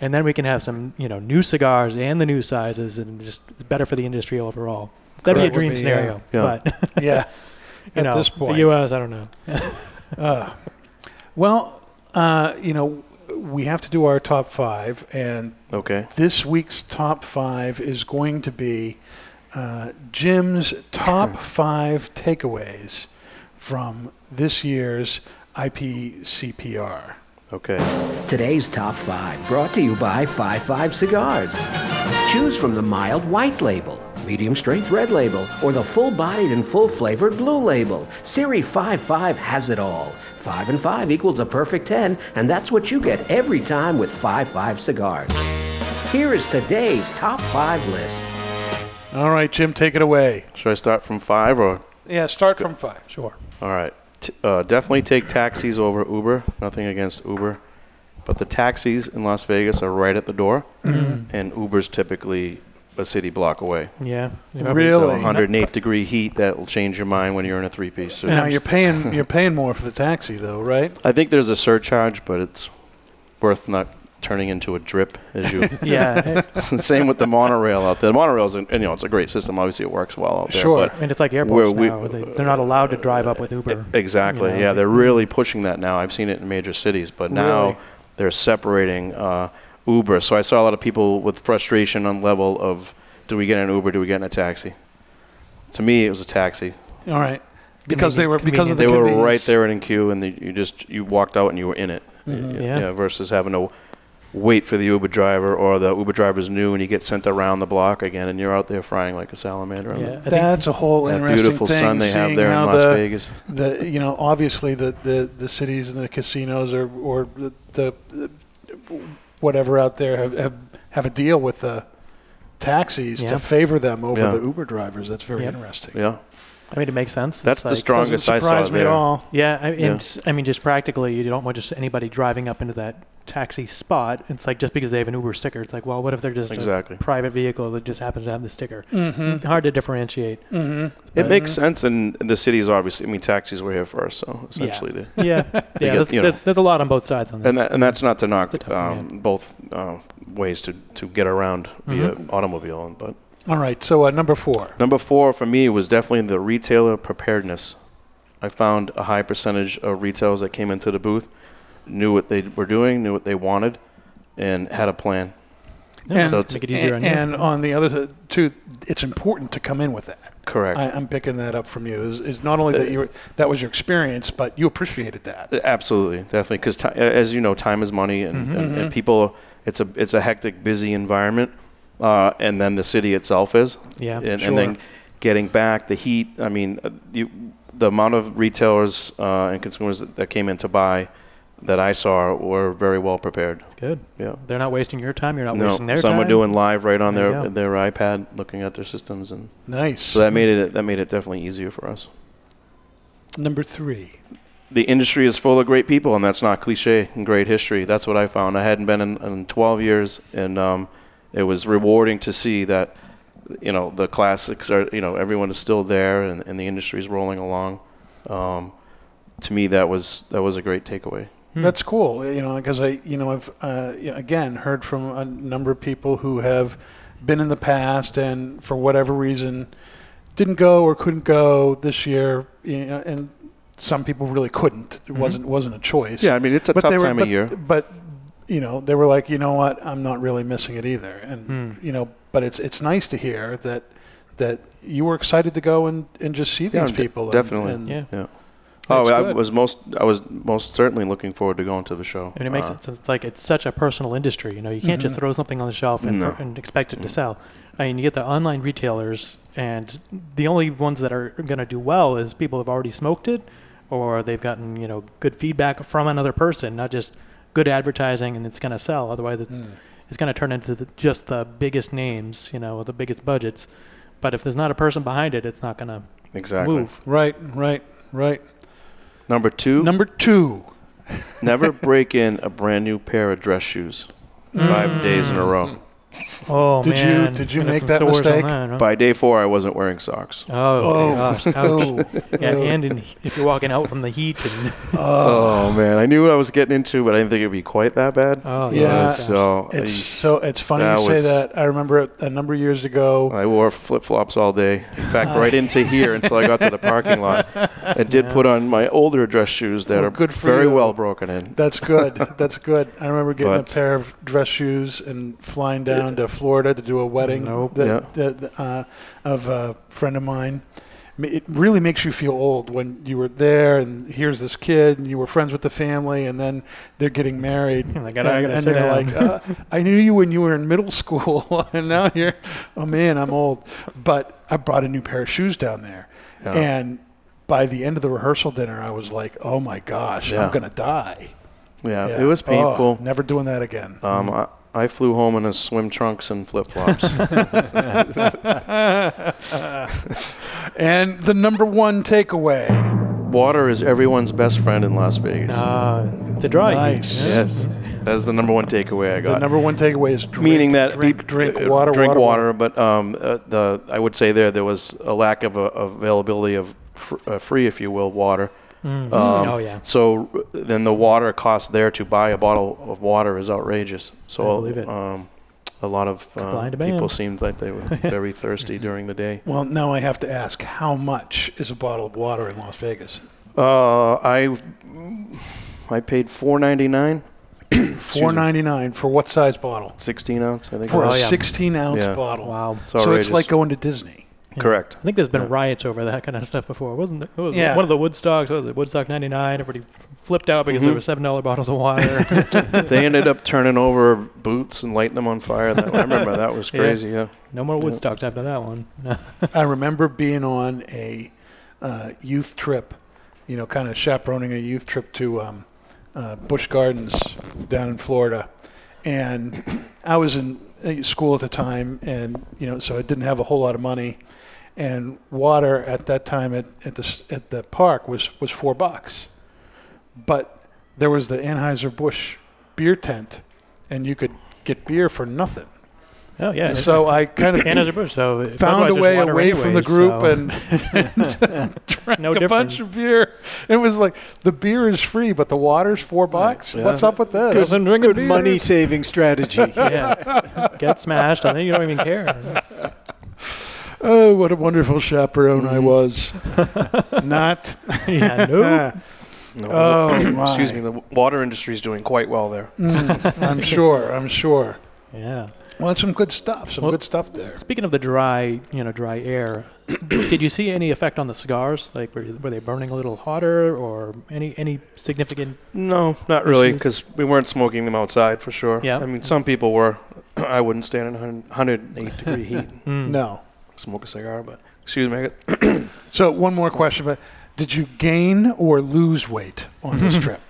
[SPEAKER 7] and then we can have some you know new cigars and the new sizes, and just better for the industry overall. That'd
[SPEAKER 8] Correct.
[SPEAKER 7] be a dream
[SPEAKER 8] Would be, yeah.
[SPEAKER 7] scenario,
[SPEAKER 8] <laughs> Yeah.
[SPEAKER 7] but <laughs>
[SPEAKER 8] Yeah.
[SPEAKER 7] you
[SPEAKER 8] At
[SPEAKER 7] know,
[SPEAKER 8] this point.
[SPEAKER 7] the U.S. I don't know.
[SPEAKER 8] <laughs> Uh, well, uh, you know, we have to do our top five, and
[SPEAKER 9] Okay.
[SPEAKER 8] this week's top five is going to be uh, Jim's top five takeaways from this year's IPCPR.
[SPEAKER 9] Okay.
[SPEAKER 15] Today's top five brought to you by 55 Cigars. Choose from the mild white label, medium strength red label, or the full bodied and full flavored blue label. Siri 55 has it all. 5 and 5 equals a perfect 10, and that's what you get every time with 55 Cigars. Here is today's top five list.
[SPEAKER 8] All right, Jim, take it away.
[SPEAKER 9] Should I start from five or?
[SPEAKER 8] Yeah, start from five.
[SPEAKER 7] Sure.
[SPEAKER 9] All right. T- uh, definitely take taxis over Uber. Nothing against Uber, but the taxis in Las Vegas are right at the door,
[SPEAKER 8] Mm.
[SPEAKER 7] Mhm.
[SPEAKER 9] and Uber's typically a city block away.
[SPEAKER 7] Yeah.
[SPEAKER 9] So
[SPEAKER 8] Really?
[SPEAKER 9] 108 degree heat that will change your mind when you're in a three piece suit.
[SPEAKER 8] Now you're
[SPEAKER 9] <laughs>
[SPEAKER 8] paying you're paying more for the taxi though, right?
[SPEAKER 9] I think there's a surcharge, but it's worth not turning into a drip as you.
[SPEAKER 7] <laughs> Yeah.
[SPEAKER 9] <laughs> Same with the monorail out there. The monorail's, an, you know, it's a great system. Obviously, it works well out there.
[SPEAKER 7] Sure.
[SPEAKER 9] but
[SPEAKER 7] And it's like airports
[SPEAKER 9] where we-
[SPEAKER 7] now. where they, they're not allowed to drive up with Uber.
[SPEAKER 9] Exactly.
[SPEAKER 7] You know,
[SPEAKER 9] yeah, they're really pushing that now. I've seen it in major cities, but now
[SPEAKER 7] Really?
[SPEAKER 9] they're separating uh, Uber. So I saw a lot of people with frustration on level of, do we get an Uber? Do we get in a taxi? To me, it was a taxi.
[SPEAKER 8] All right. Because they were because of the
[SPEAKER 9] they were
[SPEAKER 8] convenience.
[SPEAKER 9] right there in queue, and the, you just you walked out and you were in it.
[SPEAKER 8] Mhm.
[SPEAKER 9] Yeah.
[SPEAKER 8] Yeah.
[SPEAKER 9] Versus having to wait for the Uber driver, or the Uber driver's new, and you get sent around the block again, and you're out there frying like a salamander.
[SPEAKER 8] Yeah, that's a whole
[SPEAKER 9] that
[SPEAKER 8] interesting
[SPEAKER 9] beautiful
[SPEAKER 8] thing.
[SPEAKER 9] sun they have
[SPEAKER 8] seeing
[SPEAKER 9] there in
[SPEAKER 8] how
[SPEAKER 9] Las
[SPEAKER 8] the,
[SPEAKER 9] Vegas.
[SPEAKER 8] The you know obviously the, the, the cities and the casinos or or the, the whatever out there have, have have a deal with the taxis
[SPEAKER 7] Yeah.
[SPEAKER 8] to favor them over
[SPEAKER 9] Yeah.
[SPEAKER 8] the Uber drivers. That's very
[SPEAKER 7] Yeah.
[SPEAKER 8] interesting.
[SPEAKER 9] Yeah.
[SPEAKER 7] I mean, it makes sense.
[SPEAKER 9] That's
[SPEAKER 7] It's
[SPEAKER 9] the
[SPEAKER 7] like-
[SPEAKER 9] strongest Doesn't I saw surprise me at there. all.
[SPEAKER 7] Yeah, I,
[SPEAKER 9] Yeah.
[SPEAKER 7] and I mean, just practically, you don't want just anybody driving up into that taxi spot. It's like just because they have an Uber sticker, it's like, well, what if they're just
[SPEAKER 9] Exactly.
[SPEAKER 7] a private vehicle that just happens to have the sticker?
[SPEAKER 8] Mhm.
[SPEAKER 7] Hard to differentiate.
[SPEAKER 8] Mhm.
[SPEAKER 9] It makes sense, and the cities obviously. I mean, taxis were here first, so essentially,
[SPEAKER 7] Yeah.
[SPEAKER 9] they,
[SPEAKER 7] Yeah.
[SPEAKER 9] <laughs> they
[SPEAKER 7] Yeah,
[SPEAKER 9] get,
[SPEAKER 7] there's-
[SPEAKER 9] you know.
[SPEAKER 7] there's- there's a lot on both sides on
[SPEAKER 9] and
[SPEAKER 7] this.
[SPEAKER 9] that, and that's not to knock um, both uh, ways to to get around via
[SPEAKER 7] Mm-hmm.
[SPEAKER 9] automobile. But
[SPEAKER 8] All right, so uh, number four.
[SPEAKER 9] number four for me was definitely the retailer preparedness. I found a high percentage of retailers that came into the booth knew what they were doing, knew what they wanted, and had a plan. So it's-
[SPEAKER 8] and, and on the other side, too, it's important to come in with that.
[SPEAKER 9] Correct. Uh,
[SPEAKER 8] I, I'm picking that up from you. Is, is not only that you were, that was your experience, but you appreciated that.
[SPEAKER 9] Absolutely, definitely, because ti- as you know, time is money, and,
[SPEAKER 7] Mm-hmm.
[SPEAKER 8] Mhm.
[SPEAKER 9] and, and
[SPEAKER 8] Mhm.
[SPEAKER 9] people, it's a it's a hectic, busy environment, uh, and then the city itself is.
[SPEAKER 7] Yeah,
[SPEAKER 9] and, and then
[SPEAKER 7] sure.
[SPEAKER 9] getting back the heat. I mean, uh, you, the amount of retailers uh, and consumers that, that came in to buy that I saw were very well prepared.
[SPEAKER 7] Good.
[SPEAKER 9] Yeah.
[SPEAKER 7] They're not wasting your time. You're not
[SPEAKER 9] No,
[SPEAKER 7] wasting their
[SPEAKER 9] some
[SPEAKER 7] time.
[SPEAKER 9] were doing live right on
[SPEAKER 7] There you
[SPEAKER 9] their
[SPEAKER 7] go.
[SPEAKER 9] their iPad, looking at their systems, and
[SPEAKER 8] Nice.
[SPEAKER 9] So that made it that made it definitely easier for us.
[SPEAKER 8] Number three.
[SPEAKER 9] the industry is full of great people, and that's not cliche and great history. That's what I found. I hadn't been in, in 12 years, and um, it was rewarding to see that you know the classics are you know everyone is still there and, and the industry's rolling along. Um, to me, that was that was a great takeaway.
[SPEAKER 8] That's cool, you know, because I, you know, I've uh, you know, again heard from a number of people who have been in the past and for whatever reason didn't go or couldn't go this year, you know, and some people really couldn't. It wasn't wasn't a choice.
[SPEAKER 9] Mm-hmm. Yeah, I mean, it's a tough
[SPEAKER 8] they
[SPEAKER 9] time of
[SPEAKER 8] but,
[SPEAKER 9] year.
[SPEAKER 8] But you know, they were like, you know what, I'm not really missing it either, and
[SPEAKER 9] Hmm.
[SPEAKER 8] you know, but it's it's nice to hear that that you were excited to go and and just see these
[SPEAKER 9] Yeah, de-
[SPEAKER 8] people. and-
[SPEAKER 9] definitely.
[SPEAKER 8] and-
[SPEAKER 9] yeah. Oh,
[SPEAKER 8] That's
[SPEAKER 9] I
[SPEAKER 8] good.
[SPEAKER 9] was most I was most certainly looking forward to going to the show.
[SPEAKER 7] And it makes
[SPEAKER 9] Uh,
[SPEAKER 7] sense. It's like it's such a personal industry. You know, you can't just
[SPEAKER 9] Mhm.
[SPEAKER 7] throw something on the shelf and,
[SPEAKER 9] No. Mm.
[SPEAKER 7] and expect it to sell. I mean, you get the online retailers, and the only ones that are going to do well is people have already smoked it, or they've gotten you know good feedback from another person, not just good advertising, and it's going to sell. Otherwise, it's
[SPEAKER 9] Mm.
[SPEAKER 7] it's going to turn into the, just the biggest names, you know, with the biggest budgets. But if there's not a person behind it, it's not going to
[SPEAKER 9] Exactly.
[SPEAKER 7] move.
[SPEAKER 8] Right, right, right.
[SPEAKER 9] Number two.
[SPEAKER 8] Number two.
[SPEAKER 9] <laughs> never break in a brand new pair of dress shoes five days in a row.
[SPEAKER 7] Oh
[SPEAKER 8] Did you-
[SPEAKER 7] man!
[SPEAKER 8] did you
[SPEAKER 7] I got
[SPEAKER 8] make
[SPEAKER 7] some
[SPEAKER 8] that
[SPEAKER 7] sores on
[SPEAKER 8] mistake?
[SPEAKER 7] huh?
[SPEAKER 9] By day four, I wasn't wearing socks.
[SPEAKER 7] Oh, gosh, ouch.
[SPEAKER 8] Oh.
[SPEAKER 7] Yeah, and in, if you're walking out from the heat and
[SPEAKER 9] Oh man, I knew what I was getting into, but I didn't think it'd be quite that bad. Uh,
[SPEAKER 7] Oh,
[SPEAKER 8] Yeah,
[SPEAKER 9] so
[SPEAKER 8] it's
[SPEAKER 9] I-
[SPEAKER 8] so it's funny you say
[SPEAKER 9] was-
[SPEAKER 8] that. I remember it a number of years ago.
[SPEAKER 9] I wore flip flops all day. In fact, right into here until I got to the parking lot. I did
[SPEAKER 8] Yeah.
[SPEAKER 9] put on my older dress shoes that
[SPEAKER 8] Well,
[SPEAKER 9] are
[SPEAKER 8] Oh, good for
[SPEAKER 9] very
[SPEAKER 8] you.
[SPEAKER 9] well broken in.
[SPEAKER 8] That's good. That's good. I
[SPEAKER 9] <laughs>
[SPEAKER 8] remember getting
[SPEAKER 9] But-
[SPEAKER 8] a pair of dress shoes and flying down to Florida to do a wedding
[SPEAKER 9] Nope.
[SPEAKER 8] that, that, uh, of a friend of mine. Ma- It really makes you feel old when you were there, and here's this kid, and you were friends with the family, and then they're getting
[SPEAKER 7] <laughs>
[SPEAKER 8] married.
[SPEAKER 7] I gotta- I
[SPEAKER 8] and,
[SPEAKER 7] gotta
[SPEAKER 8] and
[SPEAKER 7] sit
[SPEAKER 8] they're
[SPEAKER 7] down.
[SPEAKER 8] like, uh, I knew you when you were in middle school, <laughs> and now you're, oh man, I'm old. But I brought a new pair of shoes down there,
[SPEAKER 9] Yeah.
[SPEAKER 8] and by the end of the rehearsal dinner, I was like, oh my gosh,
[SPEAKER 9] Yeah.
[SPEAKER 8] I'm gonna die.
[SPEAKER 9] <laughs> Yeah,
[SPEAKER 8] Yeah.
[SPEAKER 9] it was
[SPEAKER 8] Oh,
[SPEAKER 9] painful.
[SPEAKER 8] never doing that again.
[SPEAKER 9] Um, I, I flew home in a swim trunks and flip flops.
[SPEAKER 8] <laughs> and the number one takeaway. Ah,
[SPEAKER 9] Water is everyone's best friend in Las Vegas.
[SPEAKER 7] uh, the dry heat,
[SPEAKER 8] Nice.
[SPEAKER 7] yeah.
[SPEAKER 9] Yes, that's the number one takeaway I got.
[SPEAKER 8] The number one takeaway is drink,
[SPEAKER 9] Meaning that
[SPEAKER 8] drink,
[SPEAKER 9] peop-
[SPEAKER 8] drink,
[SPEAKER 9] uh,
[SPEAKER 8] water,
[SPEAKER 9] drink
[SPEAKER 8] water,
[SPEAKER 9] water, But um, uh, the I would say there there was a lack of uh, availability of fr- uh, free, if you will, water. Um,
[SPEAKER 7] Mm. Oh, yeah.
[SPEAKER 9] So uh, then the water cost there to buy a bottle of water is outrageous. So
[SPEAKER 7] I believe it.
[SPEAKER 9] Um, a lot of
[SPEAKER 7] a
[SPEAKER 9] uh,
[SPEAKER 7] blind
[SPEAKER 9] people
[SPEAKER 7] demand.
[SPEAKER 9] seemed like they were very thirsty during the day.
[SPEAKER 8] Well, now I have to ask, how much is a bottle of water in Las Vegas?
[SPEAKER 9] Uh, I I paid four ninety nine.
[SPEAKER 8] Four ninety nine for what size bottle?
[SPEAKER 9] Sixteen ounce, I think.
[SPEAKER 8] For
[SPEAKER 9] it
[SPEAKER 8] a
[SPEAKER 9] was.
[SPEAKER 8] sixteen ounce
[SPEAKER 9] Yeah.
[SPEAKER 8] bottle.
[SPEAKER 7] Oh, Wow.
[SPEAKER 9] It's
[SPEAKER 8] so it's
[SPEAKER 9] outrageous.
[SPEAKER 8] like going to Disney.
[SPEAKER 9] Correct.
[SPEAKER 7] I think there's been riots over that kind of stuff before, wasn't there? It was
[SPEAKER 8] Yeah.
[SPEAKER 7] One of the Woodstocks, what was it Woodstock '99? Everybody flipped out because there
[SPEAKER 9] Mhm.
[SPEAKER 7] were seven dollar
[SPEAKER 9] <laughs>
[SPEAKER 7] bottles of water.
[SPEAKER 9] they ended up turning over boots and lighting them on fire. That, I remember that was
[SPEAKER 7] <laughs> Yeah.
[SPEAKER 9] crazy. Yeah.
[SPEAKER 7] No more
[SPEAKER 9] Yeah.
[SPEAKER 7] Woodstocks after that one.
[SPEAKER 8] <laughs> I remember being on a uh, youth trip, you know, kind of chaperoning a youth trip to um, uh, Busch Gardens down in Florida, and <clears throat> I was in uh, school at the time, and you know, so I didn't have a whole lot of money, and water at that time at, at the s- at the park was was four bucks, but there was the Anheuser Busch beer tent, and you could get beer for nothing.
[SPEAKER 7] Oh yeah.
[SPEAKER 8] So I kind of
[SPEAKER 7] <laughs> Anheuser-Busch, so
[SPEAKER 8] found a
[SPEAKER 7] Budweiser's
[SPEAKER 8] way
[SPEAKER 7] water
[SPEAKER 8] away from the
[SPEAKER 7] anyways,
[SPEAKER 8] group
[SPEAKER 7] so-
[SPEAKER 8] and <laughs> drank
[SPEAKER 7] No
[SPEAKER 8] a
[SPEAKER 7] different.
[SPEAKER 8] bunch of beer. It was like the beer is free, but the water's four bucks. What's up with this?
[SPEAKER 7] Doesn't drink a
[SPEAKER 10] Good
[SPEAKER 7] beer.
[SPEAKER 10] money saving strategy.
[SPEAKER 7] <laughs> yeah. Get smashed, and then you don't even care.
[SPEAKER 8] <laughs> Oh, what a wonderful chaperone I was. <laughs>
[SPEAKER 7] <laughs>
[SPEAKER 8] Not.
[SPEAKER 7] Mm. Yeah,
[SPEAKER 8] <laughs>
[SPEAKER 7] no.
[SPEAKER 9] No,
[SPEAKER 8] Oh, my.
[SPEAKER 9] excuse me. The w- water industry is doing quite well there.
[SPEAKER 8] Mm, I'm sure. I'm sure.
[SPEAKER 7] Yeah.
[SPEAKER 8] Well, that's some good stuff. Some good stuff there.
[SPEAKER 7] Speaking of the dry, you know, dry air, <clears throat> did you see any effect on the cigars? Like, were, were they burning a little hotter, or any any significant?
[SPEAKER 9] No, <laughs> not really,
[SPEAKER 7] issues?
[SPEAKER 9] because we weren't smoking them outside for sure.
[SPEAKER 7] Yeah.
[SPEAKER 9] I mean, some people were. <clears throat> I wouldn't stand in 100 108
[SPEAKER 7] <laughs>
[SPEAKER 9] degree heat.
[SPEAKER 7] Mm.
[SPEAKER 8] No.
[SPEAKER 9] Smoke a cigar, but excuse me. I got-
[SPEAKER 8] So, one more question. But did you gain or lose weight on
[SPEAKER 9] <laughs>
[SPEAKER 8] this trip?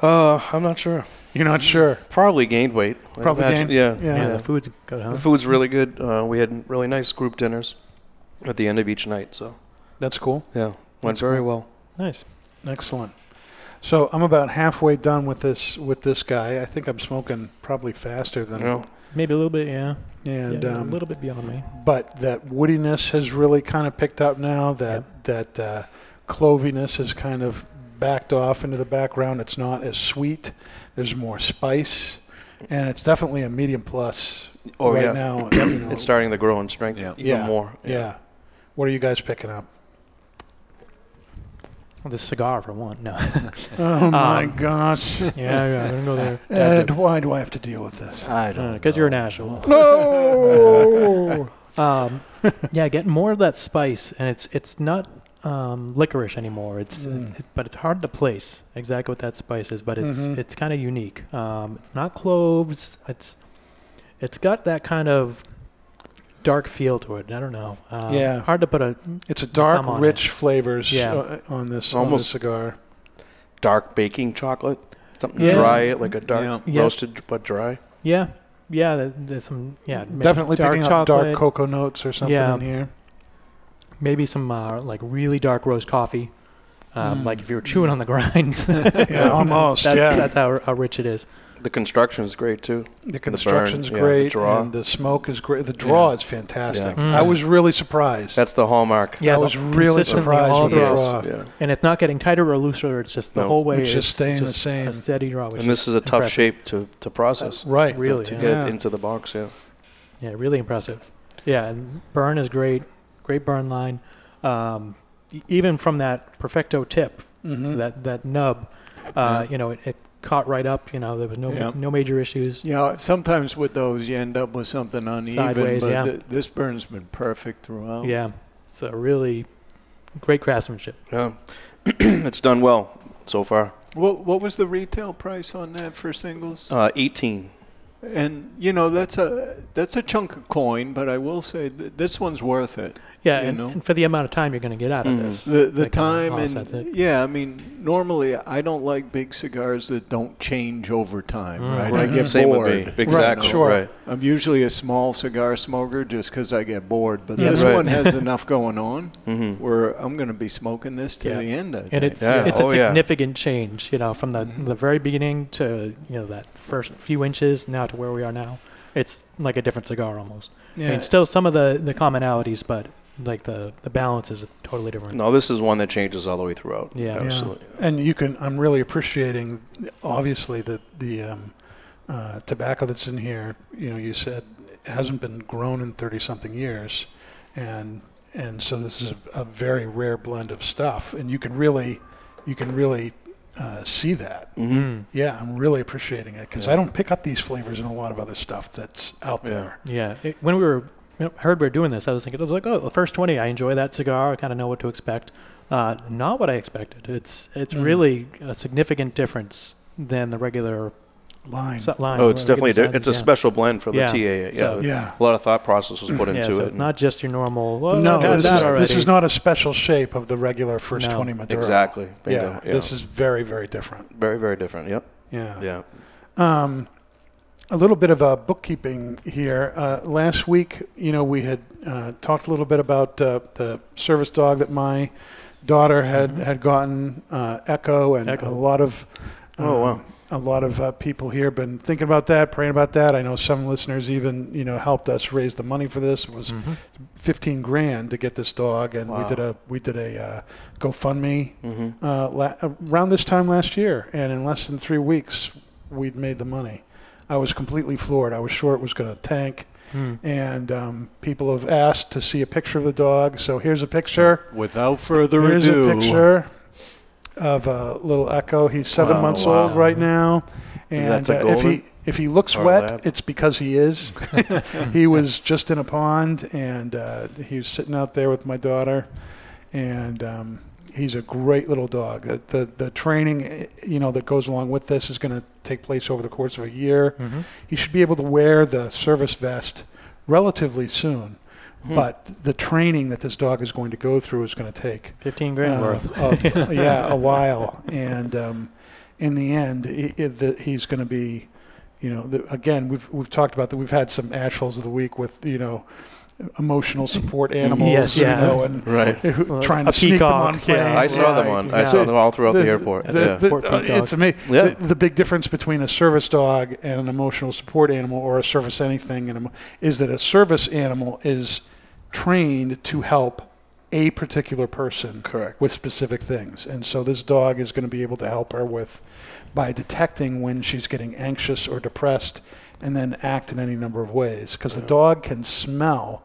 [SPEAKER 9] Uh, I'm not sure.
[SPEAKER 8] <laughs> You're not sure.
[SPEAKER 9] Probably gained weight. I'd
[SPEAKER 8] Probably
[SPEAKER 9] imagine.
[SPEAKER 8] gained-
[SPEAKER 9] Yeah.
[SPEAKER 8] yeah.
[SPEAKER 7] Yeah, the food's good, huh?
[SPEAKER 9] The food's really good. Uh, we had really nice group dinners at the end of each night. So
[SPEAKER 8] That's cool.
[SPEAKER 9] yeah, went
[SPEAKER 8] That's
[SPEAKER 9] very
[SPEAKER 8] cool.
[SPEAKER 9] well.
[SPEAKER 7] Nice.
[SPEAKER 8] Excellent. So I'm about halfway done with this with this guy. I think I'm smoking probably faster than
[SPEAKER 9] No.
[SPEAKER 7] Maybe a little bit, yeah.
[SPEAKER 8] And,
[SPEAKER 7] Yeah,
[SPEAKER 8] um,
[SPEAKER 7] a little bit beyond me.
[SPEAKER 8] but that woodiness has really kind of picked up now. That that uh, cloviness has kind of backed off into the background. It's not as sweet. There's more spice, and it's definitely a medium plus
[SPEAKER 9] Oh
[SPEAKER 8] right <clears throat>
[SPEAKER 9] yeah.
[SPEAKER 8] now.
[SPEAKER 9] <coughs>
[SPEAKER 8] you know.
[SPEAKER 9] it's starting to grow in strength even more.
[SPEAKER 8] Yeah. What are you guys picking up?
[SPEAKER 7] Well, the cigar for one. No.
[SPEAKER 8] Oh my
[SPEAKER 7] Um,
[SPEAKER 8] gosh!
[SPEAKER 7] Yeah, yeah. I'm gonna go there.
[SPEAKER 8] Ed, why do I have to deal with this?
[SPEAKER 7] Because Uh, you're an asshole.
[SPEAKER 8] <laughs> No.
[SPEAKER 7] um, yeah, getting more of that spice, and it's it's not um, licorice anymore. It's
[SPEAKER 8] Mm.
[SPEAKER 7] it- but it's hard to place exactly what that spice is, but it's
[SPEAKER 8] Mhm.
[SPEAKER 7] it's kind of unique. Um, it's not cloves. It's it's got that kind of dark feel to it. I don't know. Um,
[SPEAKER 8] Yeah.
[SPEAKER 7] hard to put a.
[SPEAKER 8] It's a
[SPEAKER 7] thumb
[SPEAKER 8] dark,
[SPEAKER 7] on
[SPEAKER 8] rich flavors
[SPEAKER 7] Yeah.
[SPEAKER 8] uh, on this on this
[SPEAKER 9] Almost-
[SPEAKER 8] cigar.
[SPEAKER 9] Dark baking chocolate. Something
[SPEAKER 8] Yeah.
[SPEAKER 9] dry, like a dark
[SPEAKER 7] Yeah. Yeah.
[SPEAKER 9] roasted but dry.
[SPEAKER 7] Yeah, yeah. there- There's some yeah. maybe
[SPEAKER 8] Definitely
[SPEAKER 7] dark
[SPEAKER 8] picking up
[SPEAKER 7] chocolate.
[SPEAKER 8] dark cocoa notes or something
[SPEAKER 7] Yeah.
[SPEAKER 8] in here.
[SPEAKER 7] maybe some uh, like really dark roast coffee, um,
[SPEAKER 8] Mm.
[SPEAKER 7] like if you were chewing on
[SPEAKER 8] <laughs>
[SPEAKER 7] the grinds.
[SPEAKER 8] Yeah, almost,
[SPEAKER 7] <laughs> That's,
[SPEAKER 8] yeah.
[SPEAKER 7] that's how, how rich it is.
[SPEAKER 9] The construction is great too.
[SPEAKER 8] The
[SPEAKER 9] burn,
[SPEAKER 8] construction's
[SPEAKER 9] yeah, the
[SPEAKER 8] great,
[SPEAKER 9] draw.
[SPEAKER 8] and the smoke is great. The draw
[SPEAKER 9] Yeah.
[SPEAKER 8] is fantastic.
[SPEAKER 9] Yeah. Mm.
[SPEAKER 8] I was really surprised.
[SPEAKER 9] That's the hallmark.
[SPEAKER 8] Yeah, I
[SPEAKER 7] the-
[SPEAKER 8] was really
[SPEAKER 7] consistently
[SPEAKER 8] surprised
[SPEAKER 7] all
[SPEAKER 8] with the
[SPEAKER 7] through.
[SPEAKER 8] draw.
[SPEAKER 9] Yeah.
[SPEAKER 7] And it's not getting tighter or looser. It's just the
[SPEAKER 9] No.
[SPEAKER 7] whole way.
[SPEAKER 8] It's just staying the same.
[SPEAKER 7] A steady draw. Which
[SPEAKER 9] and this is a tough
[SPEAKER 7] impressive.
[SPEAKER 9] shape to, to process.
[SPEAKER 8] Uh, Right.
[SPEAKER 9] To-
[SPEAKER 7] Really,
[SPEAKER 9] To
[SPEAKER 7] yeah.
[SPEAKER 9] get
[SPEAKER 7] Yeah.
[SPEAKER 9] it into the box, yeah.
[SPEAKER 7] Yeah, really impressive. Yeah, and burn is great. Great burn line. Um, e- even from that perfecto tip,
[SPEAKER 10] Mm-hmm.
[SPEAKER 7] that that nub, uh, you know, it, it caught right up. You know, there was no
[SPEAKER 10] Yeah.
[SPEAKER 7] no major issues.
[SPEAKER 10] You know, sometimes with those you end up with something uneven,
[SPEAKER 7] Sideways,
[SPEAKER 10] but
[SPEAKER 7] yeah.
[SPEAKER 10] th- this burn's been perfect throughout.
[SPEAKER 7] Yeah, so really great craftsmanship.
[SPEAKER 9] Yeah. <clears throat> it's done well so far.
[SPEAKER 10] What what was the retail price on that for singles?
[SPEAKER 9] Uh, 18.
[SPEAKER 10] and you know that's a that's a chunk of coin, but I will say th- this one's worth it.
[SPEAKER 7] Yeah,
[SPEAKER 10] you
[SPEAKER 7] and,
[SPEAKER 10] know? Mm-hmm.
[SPEAKER 7] and for the amount of time you're going to get out of this,
[SPEAKER 10] The the
[SPEAKER 7] that kinda
[SPEAKER 10] time
[SPEAKER 7] offsets it.
[SPEAKER 10] and yeah, I mean normally I don't like big cigars that don't change over time,
[SPEAKER 9] Mm.
[SPEAKER 10] right? I
[SPEAKER 9] Right.
[SPEAKER 10] get
[SPEAKER 9] Same with
[SPEAKER 10] bored.
[SPEAKER 9] me. Exactly,
[SPEAKER 10] You know?
[SPEAKER 9] Sure. right.
[SPEAKER 10] I'm usually a small cigar smoker just because I get bored, but
[SPEAKER 9] Yeah.
[SPEAKER 10] this
[SPEAKER 9] Right.
[SPEAKER 10] one
[SPEAKER 9] <laughs>
[SPEAKER 10] has enough going on
[SPEAKER 9] Mhm.
[SPEAKER 10] where I'm going to be smoking this to
[SPEAKER 7] Yeah.
[SPEAKER 10] the end. I
[SPEAKER 7] and
[SPEAKER 10] think. Mm-hmm.
[SPEAKER 7] it's it's
[SPEAKER 10] Oh,
[SPEAKER 9] Oh,
[SPEAKER 7] a significant change, you know, from the the very beginning to you know that first few inches now to where we are now. It's like a different cigar almost. I
[SPEAKER 9] Yeah.
[SPEAKER 7] mean, still some of the the commonalities, but like the the balance is totally different.
[SPEAKER 9] No, this is one that changes all the way throughout.
[SPEAKER 7] Yeah. Yeah.
[SPEAKER 9] Absolutely.
[SPEAKER 8] Oh. And you can. I'm really appreciating, obviously, the the um, uh, tobacco that's in here. You know, you said hasn't been grown in thirty something years, and and so this is a, a very rare blend of stuff. And you can really, you can really uh, see that.
[SPEAKER 7] Mm-hmm. Hmm.
[SPEAKER 9] Mhm.
[SPEAKER 8] Yeah, I'm really appreciating it because I don't pick up these flavors in a lot of other stuff that's out there.
[SPEAKER 7] Yeah, it, when we were you know, heard we were doing this, I was thinking I was like, oh, the first twenty, I enjoy that cigar. I kind of know what to expect. Uh, not what I expected. It's it's
[SPEAKER 8] Mm.
[SPEAKER 7] really a significant differline than the regular
[SPEAKER 8] Line.
[SPEAKER 7] si- line
[SPEAKER 9] Oh, it's
[SPEAKER 7] regular
[SPEAKER 9] definitely di-
[SPEAKER 7] sizes,
[SPEAKER 9] it's a
[SPEAKER 7] yeah.
[SPEAKER 9] special blend for the
[SPEAKER 7] Yeah,
[SPEAKER 9] TAA.
[SPEAKER 7] so-
[SPEAKER 9] Yeah. A lot of thought process was put
[SPEAKER 7] Yeah,
[SPEAKER 9] into
[SPEAKER 7] so
[SPEAKER 9] it.
[SPEAKER 7] it's not just your normal. "Well,
[SPEAKER 8] no,
[SPEAKER 7] I got
[SPEAKER 8] this
[SPEAKER 7] that
[SPEAKER 8] is,
[SPEAKER 7] already."
[SPEAKER 8] this is not a special shape of the regular first
[SPEAKER 7] No.
[SPEAKER 8] 20 Maduro.
[SPEAKER 9] Exactly. Bingo.
[SPEAKER 8] Yeah,
[SPEAKER 9] Yeah.
[SPEAKER 8] this is very, very different.
[SPEAKER 9] very very different. Yep.
[SPEAKER 8] Yeah.
[SPEAKER 9] Yeah.
[SPEAKER 8] Um, a little bit of uh, bookkeeping here. Uh, last week, you know, we had uh, talked a little bit about uh, the service dog that my daughter had
[SPEAKER 9] Mm-hmm.
[SPEAKER 8] had gotten, uh, Echo, and a lot of um,
[SPEAKER 9] Oh, wow.
[SPEAKER 8] a lot of uh, people here been thinking about that, praying about that. I know some listeners even you know helped us raise the money for this. It was fifteen grand to get this dog, and we
[SPEAKER 9] Mm-hmm. Wow.
[SPEAKER 8] did a we did a uh, GoFundMe
[SPEAKER 9] Mhm.
[SPEAKER 8] uh, la- around this time last year, and in less than three weeks we'd made the money. I was completely floored. I was sure it was going to tank.
[SPEAKER 10] Hmm.
[SPEAKER 8] And um, people have asked to see a picture of the dog, so here's a picture.
[SPEAKER 10] Without further
[SPEAKER 8] Here's
[SPEAKER 10] ado,
[SPEAKER 8] a picture of a little Echo. He's seven
[SPEAKER 10] Oh,
[SPEAKER 8] months
[SPEAKER 10] wow.
[SPEAKER 8] old right now, and
[SPEAKER 10] That's
[SPEAKER 8] uh,
[SPEAKER 10] a
[SPEAKER 8] if
[SPEAKER 10] golden
[SPEAKER 8] he if he looks
[SPEAKER 10] or
[SPEAKER 8] wet,
[SPEAKER 10] lab?
[SPEAKER 8] it's because he
[SPEAKER 10] <laughs>
[SPEAKER 8] is. he was just in a pond, and uh, he was sitting out there with my daughter, and. Um, He's a great little dog. The, the the training, eh, you know, that goes along with this is going to take place over the course of a year.
[SPEAKER 10] Mm-hmm.
[SPEAKER 7] Mhm.
[SPEAKER 8] He should be able to wear the service vest relatively soon,
[SPEAKER 7] Hmm.
[SPEAKER 8] but the training that this dog is going to go through is going to take
[SPEAKER 7] 15 grand
[SPEAKER 8] uh,
[SPEAKER 7] worth.
[SPEAKER 9] <laughs>
[SPEAKER 8] of- yeah, a while. And um, in the end, i i the, he's going to be, you know, the, again, we've we've talked about that. We've had some assholes of the week with you know emotional support animals,
[SPEAKER 9] Yes,
[SPEAKER 8] you
[SPEAKER 9] yeah.
[SPEAKER 8] know, and
[SPEAKER 9] Right.
[SPEAKER 8] who-
[SPEAKER 9] Uh,
[SPEAKER 8] trying
[SPEAKER 9] a
[SPEAKER 8] to sneak them
[SPEAKER 9] peacock,
[SPEAKER 8] on planes.
[SPEAKER 9] yeah. I saw them on- I saw them all throughout the airport, yeah. Poor
[SPEAKER 8] uh, it's
[SPEAKER 9] peacock.
[SPEAKER 8] amazing.
[SPEAKER 9] Yeah.
[SPEAKER 8] The, the big difference between a service dog and an emotional support animal, or a service anything, and a, is that a service animal is trained to help a particular person correct with specific things and so this dog is going to be able to help her with by detecting when she's getting anxious or depressed and then act in any number of ways because the dog can smell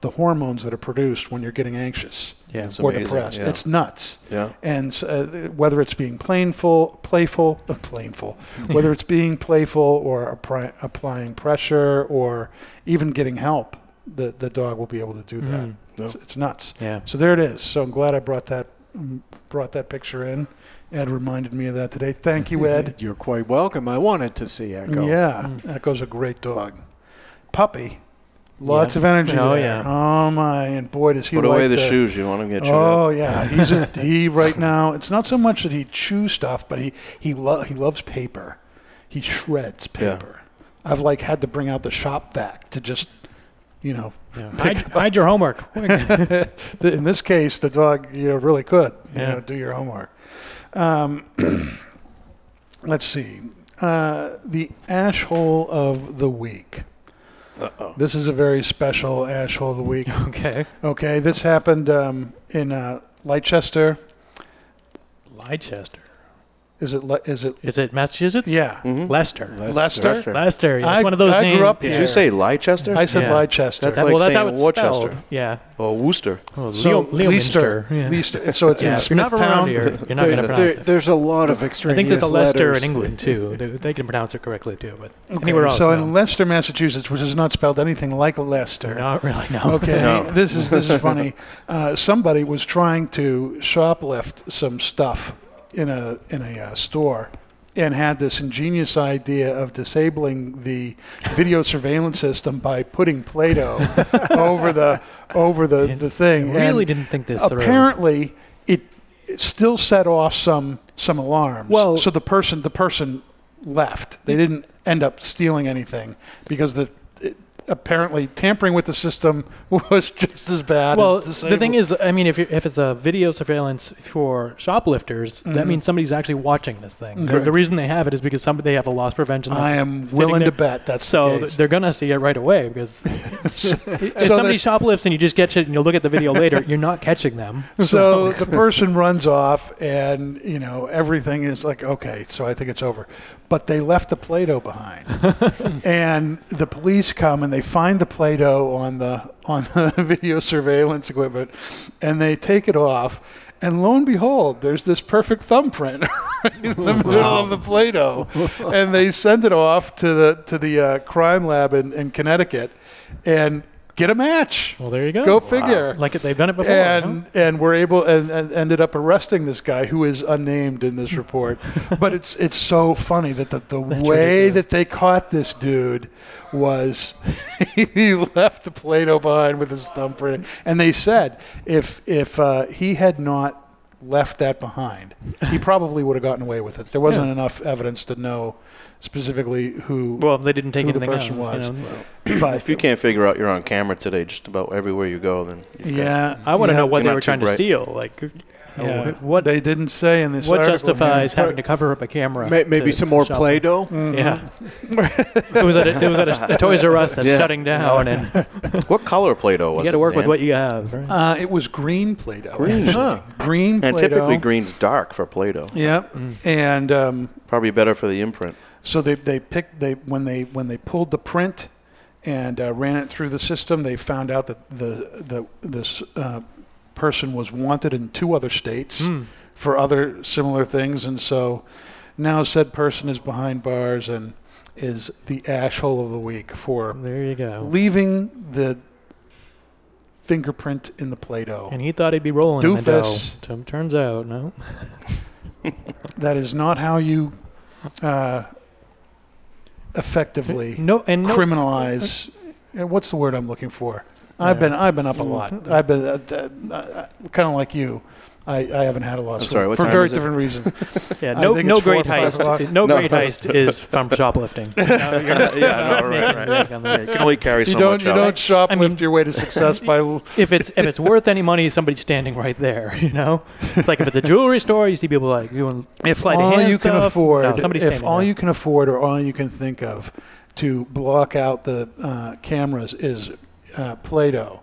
[SPEAKER 8] the hormones that are produced when you're getting anxious
[SPEAKER 9] Yeah, it's
[SPEAKER 8] or
[SPEAKER 9] amazing,
[SPEAKER 8] depressed
[SPEAKER 9] yeah.
[SPEAKER 8] it's nuts
[SPEAKER 9] Yeah.
[SPEAKER 8] and s- uh, whether it's being plainful, playful, <laughs> uh, plainful, whether it's being playful or appri- applying pressure or even getting help, the, the dog will be able to do that.
[SPEAKER 7] Mm.
[SPEAKER 8] It's, it's nuts.
[SPEAKER 7] Yeah.
[SPEAKER 8] So there it is. So I'm glad I brought that mm, brought that picture in. Ed reminded me of that today. Thank
[SPEAKER 10] <laughs>
[SPEAKER 8] you, Ed.
[SPEAKER 10] You're quite welcome. I wanted to see Echo.
[SPEAKER 8] Yeah,
[SPEAKER 7] Mm.
[SPEAKER 8] Echo's a great dog. Puppy. Lots of energy.
[SPEAKER 10] Oh,
[SPEAKER 8] there.
[SPEAKER 10] yeah.
[SPEAKER 8] Oh my, and boy does he
[SPEAKER 9] Put
[SPEAKER 8] like
[SPEAKER 9] away the
[SPEAKER 8] to-
[SPEAKER 9] shoes, you want him to get chewed
[SPEAKER 8] Oh
[SPEAKER 9] up. <laughs>
[SPEAKER 8] yeah, he's a, he right now. It's not so much that he chews stuff, but he he lo- he loves paper. He shreds
[SPEAKER 9] Yeah.
[SPEAKER 8] paper. I've like had to bring out the shop vac to just, you know, <laughs>
[SPEAKER 7] Hide, hide your homework.
[SPEAKER 8] The- in this case, the dog you know really could you
[SPEAKER 7] Yeah.
[SPEAKER 8] know do your homework. Um, <clears throat> let's see, uh, the ash hole of the week.
[SPEAKER 9] Uh-oh.
[SPEAKER 8] This is a very special ash hole of the week.
[SPEAKER 7] <laughs> Okay.
[SPEAKER 8] Okay. This happened um, in uh, Leicester.
[SPEAKER 7] Leicester.
[SPEAKER 8] Is it? Le- is it?
[SPEAKER 7] Is it Massachusetts?
[SPEAKER 8] Yeah.
[SPEAKER 7] Leicester.
[SPEAKER 8] Leicester? Leicester.
[SPEAKER 7] Leicester. Yeah. It's
[SPEAKER 8] I-
[SPEAKER 7] one of those
[SPEAKER 8] I
[SPEAKER 7] names.
[SPEAKER 8] grew up
[SPEAKER 7] Yeah.
[SPEAKER 9] Mm-hmm. Did you say Leicester?
[SPEAKER 8] I said Yeah. Leicester.
[SPEAKER 9] That's
[SPEAKER 8] That-
[SPEAKER 9] like
[SPEAKER 8] well, that's
[SPEAKER 9] saying
[SPEAKER 8] how it's
[SPEAKER 9] Worcester.
[SPEAKER 7] spelled. Yeah. Oh,
[SPEAKER 9] Or Worcester.
[SPEAKER 7] Leo- Leo
[SPEAKER 8] Leicester.
[SPEAKER 7] Minster, yeah.
[SPEAKER 8] Leicester. So it's
[SPEAKER 7] Yeah,
[SPEAKER 8] in
[SPEAKER 7] if you're not around
[SPEAKER 8] Smithtown.
[SPEAKER 7] here, you're not gonna
[SPEAKER 8] There-
[SPEAKER 7] pronounce it.
[SPEAKER 10] There's a lot of
[SPEAKER 7] I
[SPEAKER 10] extraneous
[SPEAKER 7] think there's a Leicester
[SPEAKER 10] letters.
[SPEAKER 7] in England too. They, they can pronounce it correctly too, but
[SPEAKER 8] Okay,
[SPEAKER 7] anywhere else.
[SPEAKER 8] So
[SPEAKER 7] no.
[SPEAKER 8] in Leicester, Massachusetts, which is not spelled anything like Leicester.
[SPEAKER 7] Not really, no.
[SPEAKER 8] Okay,
[SPEAKER 7] No.
[SPEAKER 8] <laughs> this is
[SPEAKER 7] <laughs>
[SPEAKER 8] this is funny. Uh, somebody was trying to shoplift some stuff in a in a uh, store, and had this ingenious idea of disabling the video surveillance system by putting Play-Doh
[SPEAKER 7] <laughs>
[SPEAKER 8] over the over the, the thing.
[SPEAKER 7] I really
[SPEAKER 8] And
[SPEAKER 7] didn't think this through.
[SPEAKER 8] Apparently, it, it still set off some some alarms.
[SPEAKER 7] Well-
[SPEAKER 8] so the person the person left. They didn't end up stealing anything because the it, apparently tampering with the system <laughs> was just as bad.
[SPEAKER 7] Well,
[SPEAKER 8] as
[SPEAKER 7] the thing is, I mean, if, you- if it's a video surveillance for shoplifters,
[SPEAKER 8] Mhm.
[SPEAKER 7] that means somebody's actually watching this thing. The,
[SPEAKER 8] Correct.
[SPEAKER 7] the reason they have it is because some, they have a loss prevention.
[SPEAKER 8] I
[SPEAKER 7] that's
[SPEAKER 8] am
[SPEAKER 7] sitting
[SPEAKER 8] willing
[SPEAKER 7] there.
[SPEAKER 8] to bet that's the
[SPEAKER 7] so
[SPEAKER 8] case.
[SPEAKER 7] th- they're gonna see it right
[SPEAKER 8] <laughs>
[SPEAKER 7] away because <laughs> if somebody
[SPEAKER 8] that-
[SPEAKER 7] shoplifts and you just catch it and you look at the video later, you're not catching them. <laughs>
[SPEAKER 8] so the person runs off, and you know everything is like okay. So I think it's over, but they left the Play-Doh behind, and the police come and they find the Play-Doh on the on the <laughs> video surveillance equipment, and they take it off, and lo and behold, there's this <laughs> perfect thumbprint <laughs> in the middle of the Play-Doh, and they send it off to the to the uh, crime lab in, in Connecticut, and get a match.
[SPEAKER 7] Well, there you go.
[SPEAKER 8] Go figure.
[SPEAKER 7] Like they've done it before. huh?
[SPEAKER 8] And and we're able and, and ended up arresting this guy who is unnamed in this
[SPEAKER 7] <laughs>
[SPEAKER 8] report. but it's it's so funny that the, the way that they caught this dude was <laughs> he left the Play-Doh behind with his thumbprint, and they said if if uh, he had not left that behind,
[SPEAKER 7] <laughs>
[SPEAKER 8] he probably would have gotten away with it. There wasn't
[SPEAKER 7] Yeah.
[SPEAKER 8] enough evidence to know specifically who
[SPEAKER 7] Well, they didn't take
[SPEAKER 8] who the
[SPEAKER 7] anything
[SPEAKER 8] person
[SPEAKER 7] else, you
[SPEAKER 8] was.
[SPEAKER 7] know.
[SPEAKER 8] But
[SPEAKER 9] if you can't figure out you're on camera today, just about everywhere you go, then you've got-
[SPEAKER 8] Yeah,
[SPEAKER 7] I want to
[SPEAKER 8] yeah.
[SPEAKER 7] know what
[SPEAKER 9] You're
[SPEAKER 7] they
[SPEAKER 9] not
[SPEAKER 7] were
[SPEAKER 9] too
[SPEAKER 7] trying to
[SPEAKER 9] bright.
[SPEAKER 7] steal. Like,
[SPEAKER 8] Yeah.
[SPEAKER 7] what
[SPEAKER 8] they didn't say in this
[SPEAKER 7] what
[SPEAKER 8] article,
[SPEAKER 7] justifies
[SPEAKER 8] man.
[SPEAKER 7] having to cover up a camera?
[SPEAKER 10] May- maybe
[SPEAKER 7] to-
[SPEAKER 10] some
[SPEAKER 7] to
[SPEAKER 10] more
[SPEAKER 7] shop?
[SPEAKER 10] Play-Doh?
[SPEAKER 7] Yeah,
[SPEAKER 8] Mm-hmm.
[SPEAKER 7] it was at a, it was at a, a Toys R Us that's
[SPEAKER 9] Yeah.
[SPEAKER 7] shutting down, and
[SPEAKER 8] <laughs>
[SPEAKER 9] what color Play-Doh was
[SPEAKER 7] you got
[SPEAKER 9] it,
[SPEAKER 7] to work with
[SPEAKER 9] Dan?
[SPEAKER 7] what you have.
[SPEAKER 8] <laughs>
[SPEAKER 7] Right?
[SPEAKER 8] Uh, it was green Play-Doh.
[SPEAKER 9] Green.
[SPEAKER 8] actually. green
[SPEAKER 9] And
[SPEAKER 8] Play-Doh.
[SPEAKER 9] typically green's dark for Play-Doh.
[SPEAKER 8] Yeah,
[SPEAKER 7] Mm.
[SPEAKER 8] and um,
[SPEAKER 9] Probably better for the imprint.
[SPEAKER 8] so they they picked they when they when they pulled the print and uh, ran it through the system, they found out that the the this uh, person was wanted in two other states
[SPEAKER 7] Mm.
[SPEAKER 8] for other similar things, and so now said person is behind bars and is the ashhole of the week for
[SPEAKER 7] There you go.
[SPEAKER 8] leaving the fingerprint in the Play-Doh.
[SPEAKER 7] And he thought he'd be rolling in the
[SPEAKER 8] Doofus.
[SPEAKER 7] dough. Tum- Turns out, no.
[SPEAKER 8] <laughs> That is not how you uh, effectively
[SPEAKER 7] No, and no-
[SPEAKER 8] criminalize. uh, What's the word I'm looking for? I've
[SPEAKER 7] Yeah. Mm,
[SPEAKER 8] been I've been up a lot. I've been uh, uh, kind of uh, like you. I, I haven't had a loss
[SPEAKER 9] I'm
[SPEAKER 8] for-
[SPEAKER 9] sorry, what
[SPEAKER 8] for a
[SPEAKER 9] time
[SPEAKER 8] very
[SPEAKER 9] is it?
[SPEAKER 8] different
[SPEAKER 9] <laughs>
[SPEAKER 8] reason. <laughs>
[SPEAKER 7] Yeah,
[SPEAKER 8] I
[SPEAKER 7] no,
[SPEAKER 8] think
[SPEAKER 7] no
[SPEAKER 8] it's four
[SPEAKER 7] great
[SPEAKER 8] to five o'clock.
[SPEAKER 7] heist. No,
[SPEAKER 9] No.
[SPEAKER 7] great
[SPEAKER 9] <laughs>
[SPEAKER 7] heist is from shoplifting.
[SPEAKER 8] <laughs>
[SPEAKER 7] No, you're not-
[SPEAKER 9] Yeah, no,
[SPEAKER 7] making
[SPEAKER 9] right,
[SPEAKER 7] a
[SPEAKER 9] right.
[SPEAKER 7] make on the-
[SPEAKER 9] You can only carry
[SPEAKER 8] you
[SPEAKER 9] so
[SPEAKER 8] don't,
[SPEAKER 9] much
[SPEAKER 8] You
[SPEAKER 9] out.
[SPEAKER 8] don't shoplift your way to success by.
[SPEAKER 7] <laughs> if it's if it's worth any money, somebody's standing right there. <laughs> You know, it's like if it's a jewelry store, you see people like doing
[SPEAKER 8] if
[SPEAKER 7] sleight of
[SPEAKER 8] all
[SPEAKER 7] hand
[SPEAKER 8] you can
[SPEAKER 7] stuff.
[SPEAKER 8] afford,
[SPEAKER 7] No, somebody's
[SPEAKER 8] if
[SPEAKER 7] standing
[SPEAKER 8] all
[SPEAKER 7] there.
[SPEAKER 8] you can afford or all you can think of to block out the uh, cameras is uh, Play-Doh,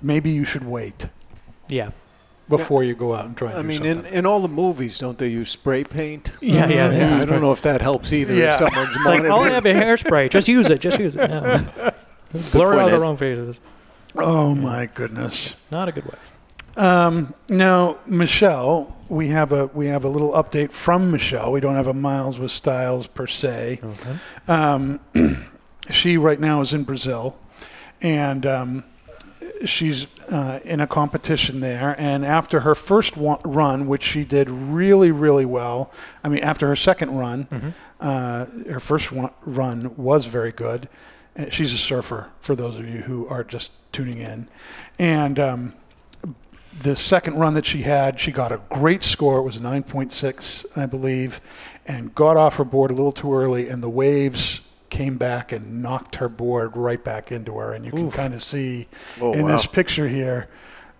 [SPEAKER 8] maybe you should wait
[SPEAKER 7] yeah.
[SPEAKER 8] before you go out and try and
[SPEAKER 10] I
[SPEAKER 8] do
[SPEAKER 10] mean,
[SPEAKER 8] something.
[SPEAKER 10] in, in all the movies, don't they use spray paint?
[SPEAKER 7] Yeah, yeah, yeah.
[SPEAKER 10] I don't know if that helps either.
[SPEAKER 7] Yeah.
[SPEAKER 10] If someone's
[SPEAKER 7] <laughs> It's like,
[SPEAKER 10] monitoring.
[SPEAKER 7] "Oh, I have a hairspray. Just use it. Just use it."
[SPEAKER 10] <laughs>
[SPEAKER 7] No. Blur out the wrong faces.
[SPEAKER 8] Oh my goodness.
[SPEAKER 7] Not a good way.
[SPEAKER 8] Um, now, Michelle, we have a we have a little update from Michelle. We don't have a Miles with Styles per se. Um, <clears throat> she right now is in Brazil, and um, she's uh, in a competition there. And after her first one, run, which she did really really well, I mean, after her second run, uh, her first one, run was very good. And She's a surfer, for those of you who are just tuning in, and. Um, the second run that she had, she got a great score. It was 9.6, I believe, and got off her board a little too early, and the waves came back and knocked her board right back into her. And you can
[SPEAKER 12] Oof.
[SPEAKER 8] kind of see
[SPEAKER 12] Oh,
[SPEAKER 8] in this
[SPEAKER 12] wow.
[SPEAKER 8] picture here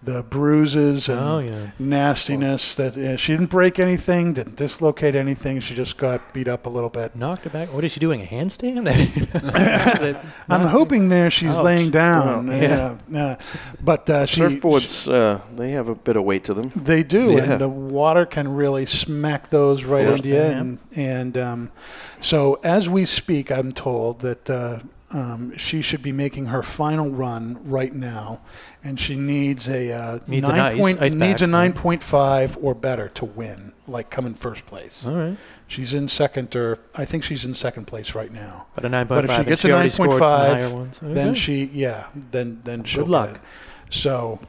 [SPEAKER 8] the bruises and
[SPEAKER 7] Oh, yeah. Oh.
[SPEAKER 8] nastiness that uh, she didn't break anything, didn't dislocate anything. She just got beat up a little bit.
[SPEAKER 7] Knocked it back. What is she doing? A <laughs> handstand?
[SPEAKER 8] <laughs> I'm hoping there she's
[SPEAKER 7] Ouch.
[SPEAKER 8] laying down.
[SPEAKER 7] Wow.
[SPEAKER 8] yeah. yeah. But uh, she,
[SPEAKER 9] Surfboards, uh, they have a bit of weight to them.
[SPEAKER 8] They do,
[SPEAKER 9] Yeah.
[SPEAKER 8] and the water can really smack those right
[SPEAKER 9] Yeah.
[SPEAKER 8] into you. And, and um, so, as we speak, I'm told that uh, um, she should be making her final run right now, and she needs a uh,
[SPEAKER 7] Needs an
[SPEAKER 8] nine
[SPEAKER 7] ice-
[SPEAKER 8] point
[SPEAKER 7] ice
[SPEAKER 8] needs
[SPEAKER 7] pack,
[SPEAKER 8] a
[SPEAKER 7] yeah.
[SPEAKER 8] nine point five or better to win, like come in first place.
[SPEAKER 7] All right.
[SPEAKER 8] She's in second, or I think she's in second place right now.
[SPEAKER 7] But a 9.5,
[SPEAKER 8] But if she
[SPEAKER 7] and
[SPEAKER 8] gets
[SPEAKER 7] she
[SPEAKER 8] a
[SPEAKER 7] already
[SPEAKER 8] nine
[SPEAKER 7] scored
[SPEAKER 8] point
[SPEAKER 7] some higher
[SPEAKER 8] five,
[SPEAKER 7] ones.
[SPEAKER 8] then
[SPEAKER 7] Okay.
[SPEAKER 8] she yeah, then then she'll get
[SPEAKER 7] luck.
[SPEAKER 8] it. So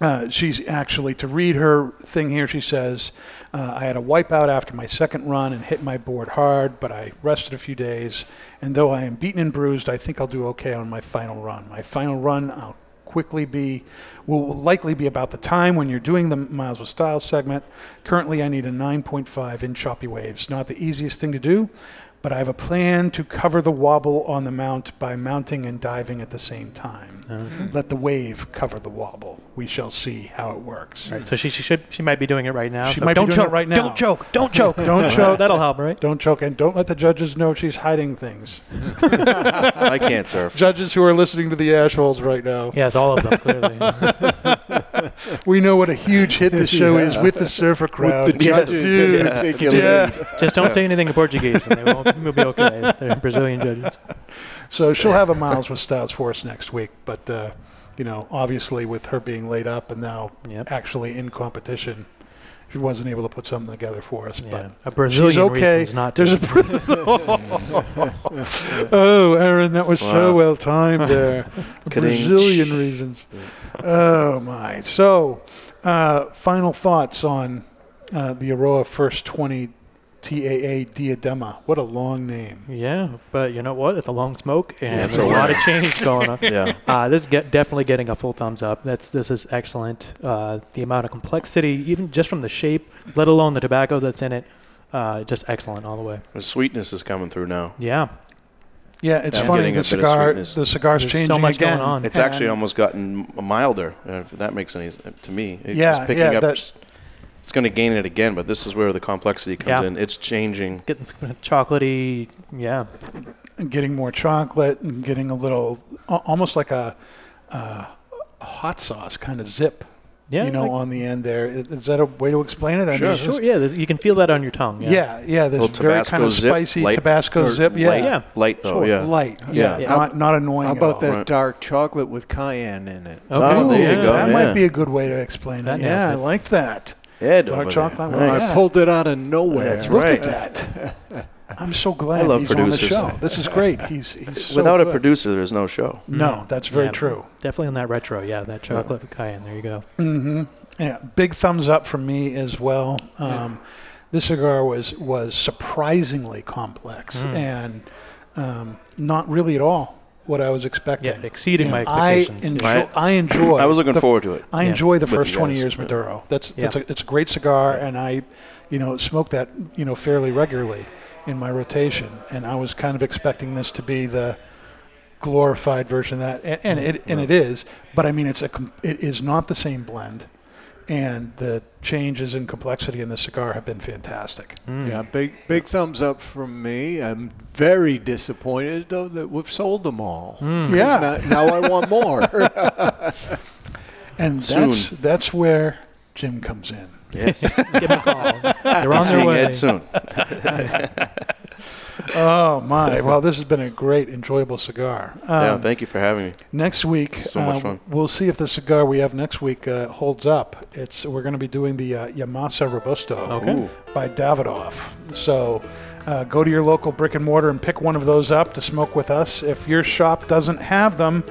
[SPEAKER 8] uh, she's actually to read her thing here. She says, uh, "I had a wipeout after my second run and hit my board hard, but I rested a few days. And though I am beaten and bruised, I think I'll do okay on my final run. My final run, I'll quickly be will likely be about the time when you're doing the miles with style segment. Currently, I need a 9.5 in choppy waves. Not the easiest thing to do." But I have a plan to cover the wobble on the mount by mounting and diving at the same time.
[SPEAKER 7] Mm-hmm.
[SPEAKER 8] Let the wave cover the wobble. We shall see how it works.
[SPEAKER 7] All right, so she, she should she might be doing it right now.
[SPEAKER 8] She
[SPEAKER 7] so
[SPEAKER 8] might
[SPEAKER 7] don't
[SPEAKER 8] be doing
[SPEAKER 7] choke
[SPEAKER 8] it right now.
[SPEAKER 7] Don't choke.
[SPEAKER 8] <laughs>
[SPEAKER 7] Don't choke.
[SPEAKER 8] don't choke.
[SPEAKER 7] <laughs> That'll help, right?
[SPEAKER 8] Don't choke, and don't let the judges know she's hiding things. I
[SPEAKER 9] can't
[SPEAKER 8] <laughs>
[SPEAKER 9] surf.
[SPEAKER 8] Judges who are listening to the assholes right now.
[SPEAKER 7] Yes, all of them, clearly.
[SPEAKER 8] <laughs>
[SPEAKER 7] <laughs>
[SPEAKER 8] we know what a huge hit this show is
[SPEAKER 7] Yeah.
[SPEAKER 8] with the surfer
[SPEAKER 7] With the
[SPEAKER 8] crowd.
[SPEAKER 7] judges in
[SPEAKER 8] Dude,
[SPEAKER 7] particular.
[SPEAKER 8] yeah.
[SPEAKER 7] Just don't say anything in Portuguese, and they won't- we'll be okay. They're Brazilian judges.
[SPEAKER 8] So she'll have a Miles with Styles for us next week, but uh, you know, obviously with her being laid up and now actually in competition, she wasn't able to put something together for us. But
[SPEAKER 7] A Brazilian
[SPEAKER 8] she's okay.
[SPEAKER 7] reason's not to.
[SPEAKER 8] There's a
[SPEAKER 7] <laughs>
[SPEAKER 8] Brazil- <laughs> oh, Aaron, that was so
[SPEAKER 12] Wow.
[SPEAKER 8] well timed there.
[SPEAKER 12] Ka-ding.
[SPEAKER 8] Brazilian reasons. Oh my! So, uh, final thoughts on uh, the Aroa First Twenty TAA Diadema. What a long name.
[SPEAKER 7] Yeah, but you know what? It's a long smoke, and
[SPEAKER 8] Yeah, it's
[SPEAKER 7] there's
[SPEAKER 8] a
[SPEAKER 7] a lot of
[SPEAKER 8] lot.
[SPEAKER 7] change
[SPEAKER 9] <laughs>
[SPEAKER 7] going on.
[SPEAKER 8] Yeah.
[SPEAKER 7] uh, this is get, definitely getting a full thumbs up. That's this is excellent. Uh, the amount of complexity, even just from the shape, let alone the tobacco that's in it, uh, just excellent all the way.
[SPEAKER 9] The sweetness is coming through now.
[SPEAKER 7] Yeah,
[SPEAKER 8] Yeah, it's
[SPEAKER 9] I'm
[SPEAKER 8] funny.
[SPEAKER 9] getting a
[SPEAKER 8] The
[SPEAKER 9] bit of
[SPEAKER 8] cigar,
[SPEAKER 9] sweetness.
[SPEAKER 8] the cigar's
[SPEAKER 7] There's so
[SPEAKER 8] changing
[SPEAKER 7] much
[SPEAKER 8] again.
[SPEAKER 9] It's
[SPEAKER 8] And-
[SPEAKER 9] actually almost gotten m- milder. uh, If that makes any s- to me, it's
[SPEAKER 8] Yeah,
[SPEAKER 9] just picking
[SPEAKER 8] yeah,
[SPEAKER 9] up.
[SPEAKER 8] that-
[SPEAKER 9] it's going to gain it again, but this is where the complexity comes
[SPEAKER 7] Yeah.
[SPEAKER 9] in. It's changing.
[SPEAKER 7] getting s- chocolatey. Yeah,
[SPEAKER 8] and getting more chocolate and getting a little, al- almost like a, uh, hot sauce kind of zip.
[SPEAKER 7] Yeah,
[SPEAKER 8] you know,
[SPEAKER 7] like-
[SPEAKER 8] on the end there. Is is that a way to explain it? I mean,
[SPEAKER 7] sure. Yeah, there's- you can feel that on your tongue. Yeah,
[SPEAKER 8] Yeah, yeah, this
[SPEAKER 9] Little
[SPEAKER 8] very
[SPEAKER 9] Tabasco
[SPEAKER 8] kind of
[SPEAKER 9] zip,
[SPEAKER 8] spicy
[SPEAKER 9] light-
[SPEAKER 8] Tabasco
[SPEAKER 9] or
[SPEAKER 8] zip. Yeah,
[SPEAKER 9] light- Yeah. light though, Sure. yeah.
[SPEAKER 8] light. Yeah,
[SPEAKER 9] Yeah.
[SPEAKER 8] Not, not annoying.
[SPEAKER 10] How
[SPEAKER 8] at all.
[SPEAKER 10] about that dark chocolate with cayenne in it?
[SPEAKER 9] Oh, there you go.
[SPEAKER 8] That
[SPEAKER 9] yeah.
[SPEAKER 8] might be a good way to explain
[SPEAKER 10] That
[SPEAKER 8] it. Yeah,
[SPEAKER 10] nails
[SPEAKER 8] I
[SPEAKER 10] it.
[SPEAKER 8] like that.
[SPEAKER 9] Ed
[SPEAKER 8] dark
[SPEAKER 9] over
[SPEAKER 8] chocolate.
[SPEAKER 9] there. Nice.
[SPEAKER 8] yeah.
[SPEAKER 10] I pulled it out of nowhere.
[SPEAKER 9] That's
[SPEAKER 8] Look
[SPEAKER 9] right.
[SPEAKER 8] at that. I'm so glad
[SPEAKER 9] love
[SPEAKER 8] he's
[SPEAKER 9] producers.
[SPEAKER 8] on the show. This is great. He's he's so
[SPEAKER 9] Without a
[SPEAKER 8] good.
[SPEAKER 9] producer, there's no show.
[SPEAKER 8] No, that's very
[SPEAKER 7] Yeah,
[SPEAKER 8] true.
[SPEAKER 7] Definitely on that retro. Yeah, that chocolate cayenne. There you go.
[SPEAKER 8] hmm Yeah, big thumbs up from me as well. Um, This cigar was was surprisingly complex
[SPEAKER 7] Mm.
[SPEAKER 8] and um, not really at all. what I was expecting.
[SPEAKER 7] Yeah, exceeding my
[SPEAKER 8] And I
[SPEAKER 7] expectations,
[SPEAKER 8] enjoy.
[SPEAKER 9] yeah.
[SPEAKER 8] I enjoy.
[SPEAKER 9] <laughs> I was looking
[SPEAKER 8] the f-
[SPEAKER 9] forward to it,
[SPEAKER 8] I
[SPEAKER 9] yeah,
[SPEAKER 8] enjoy uh, the
[SPEAKER 9] with you
[SPEAKER 8] first twenty
[SPEAKER 9] guys,
[SPEAKER 8] years
[SPEAKER 9] yeah.
[SPEAKER 8] Maduro. That's
[SPEAKER 9] Yeah.
[SPEAKER 8] that's a, it's a great cigar, and I, you know, smoke that you know fairly regularly in my rotation, and I was kind of expecting this to be the glorified version of that, and, and it and it is. But I mean, it's a com- it is not the same blend, and the changes in complexity in the cigar have been fantastic.
[SPEAKER 10] Yeah, big big thumbs up from me. I'm very disappointed though that we've sold them all.
[SPEAKER 8] Mm.
[SPEAKER 10] 'Cause
[SPEAKER 8] Yeah.
[SPEAKER 10] Now, now I want more.
[SPEAKER 8] And
[SPEAKER 10] Soon.
[SPEAKER 8] that's that's where Jim comes in. <laughs>
[SPEAKER 9] Yes. Give 'em a call. They're on Seeing their way. Ed soon.
[SPEAKER 8] oh my! Well, this has been a great, enjoyable cigar.
[SPEAKER 9] yeah,
[SPEAKER 8] Um,
[SPEAKER 9] thank you for having me.
[SPEAKER 8] Next week,
[SPEAKER 9] So much
[SPEAKER 8] uh,
[SPEAKER 9] fun.
[SPEAKER 8] we'll see if the cigar we have next week uh, holds up. It's we're going to be doing the uh, Yamasa Robusto
[SPEAKER 7] Okay. Ooh.
[SPEAKER 8] by Davidoff. So uh, go to your local brick and mortar and pick one of those up to smoke with us. If your shop doesn't have them,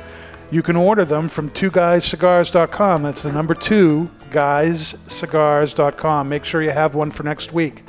[SPEAKER 8] you can order them from two twoguyscigars.com. That's the number two guyscigars.com. Make sure you have one for next week.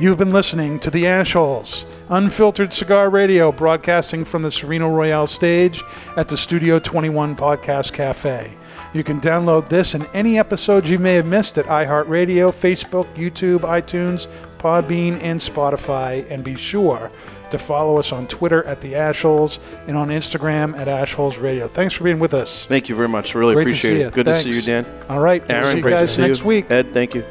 [SPEAKER 8] You've been listening to The Ashholes, unfiltered cigar radio broadcasting from the Sereno Royale stage at the Studio 21 Podcast Cafe. You can download this and any episodes you may have missed at iHeartRadio, Facebook, YouTube, iTunes, Podbean, and Spotify. And be sure to follow us on Twitter at The Ashholes and on Instagram at Ashholes Radio. Thanks for being with us.
[SPEAKER 9] Thank you very much. Really
[SPEAKER 8] Great to
[SPEAKER 9] appreciate
[SPEAKER 8] see
[SPEAKER 9] it.
[SPEAKER 8] you.
[SPEAKER 9] Good to see you,
[SPEAKER 8] Thanks.
[SPEAKER 9] Dan.
[SPEAKER 8] All right, we'll
[SPEAKER 9] Aaron,
[SPEAKER 8] see you
[SPEAKER 9] great
[SPEAKER 8] guys
[SPEAKER 9] to see
[SPEAKER 8] next
[SPEAKER 9] you.
[SPEAKER 8] week.
[SPEAKER 9] Ed, thank you.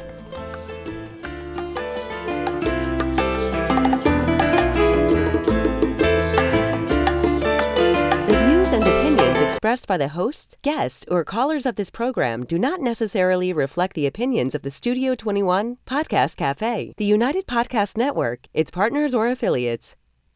[SPEAKER 16] The views and opinions expressed by the hosts, guests, or callers of this program do not necessarily reflect the opinions of the Studio 21 Podcast Cafe, the United Podcast Network, its partners, or affiliates.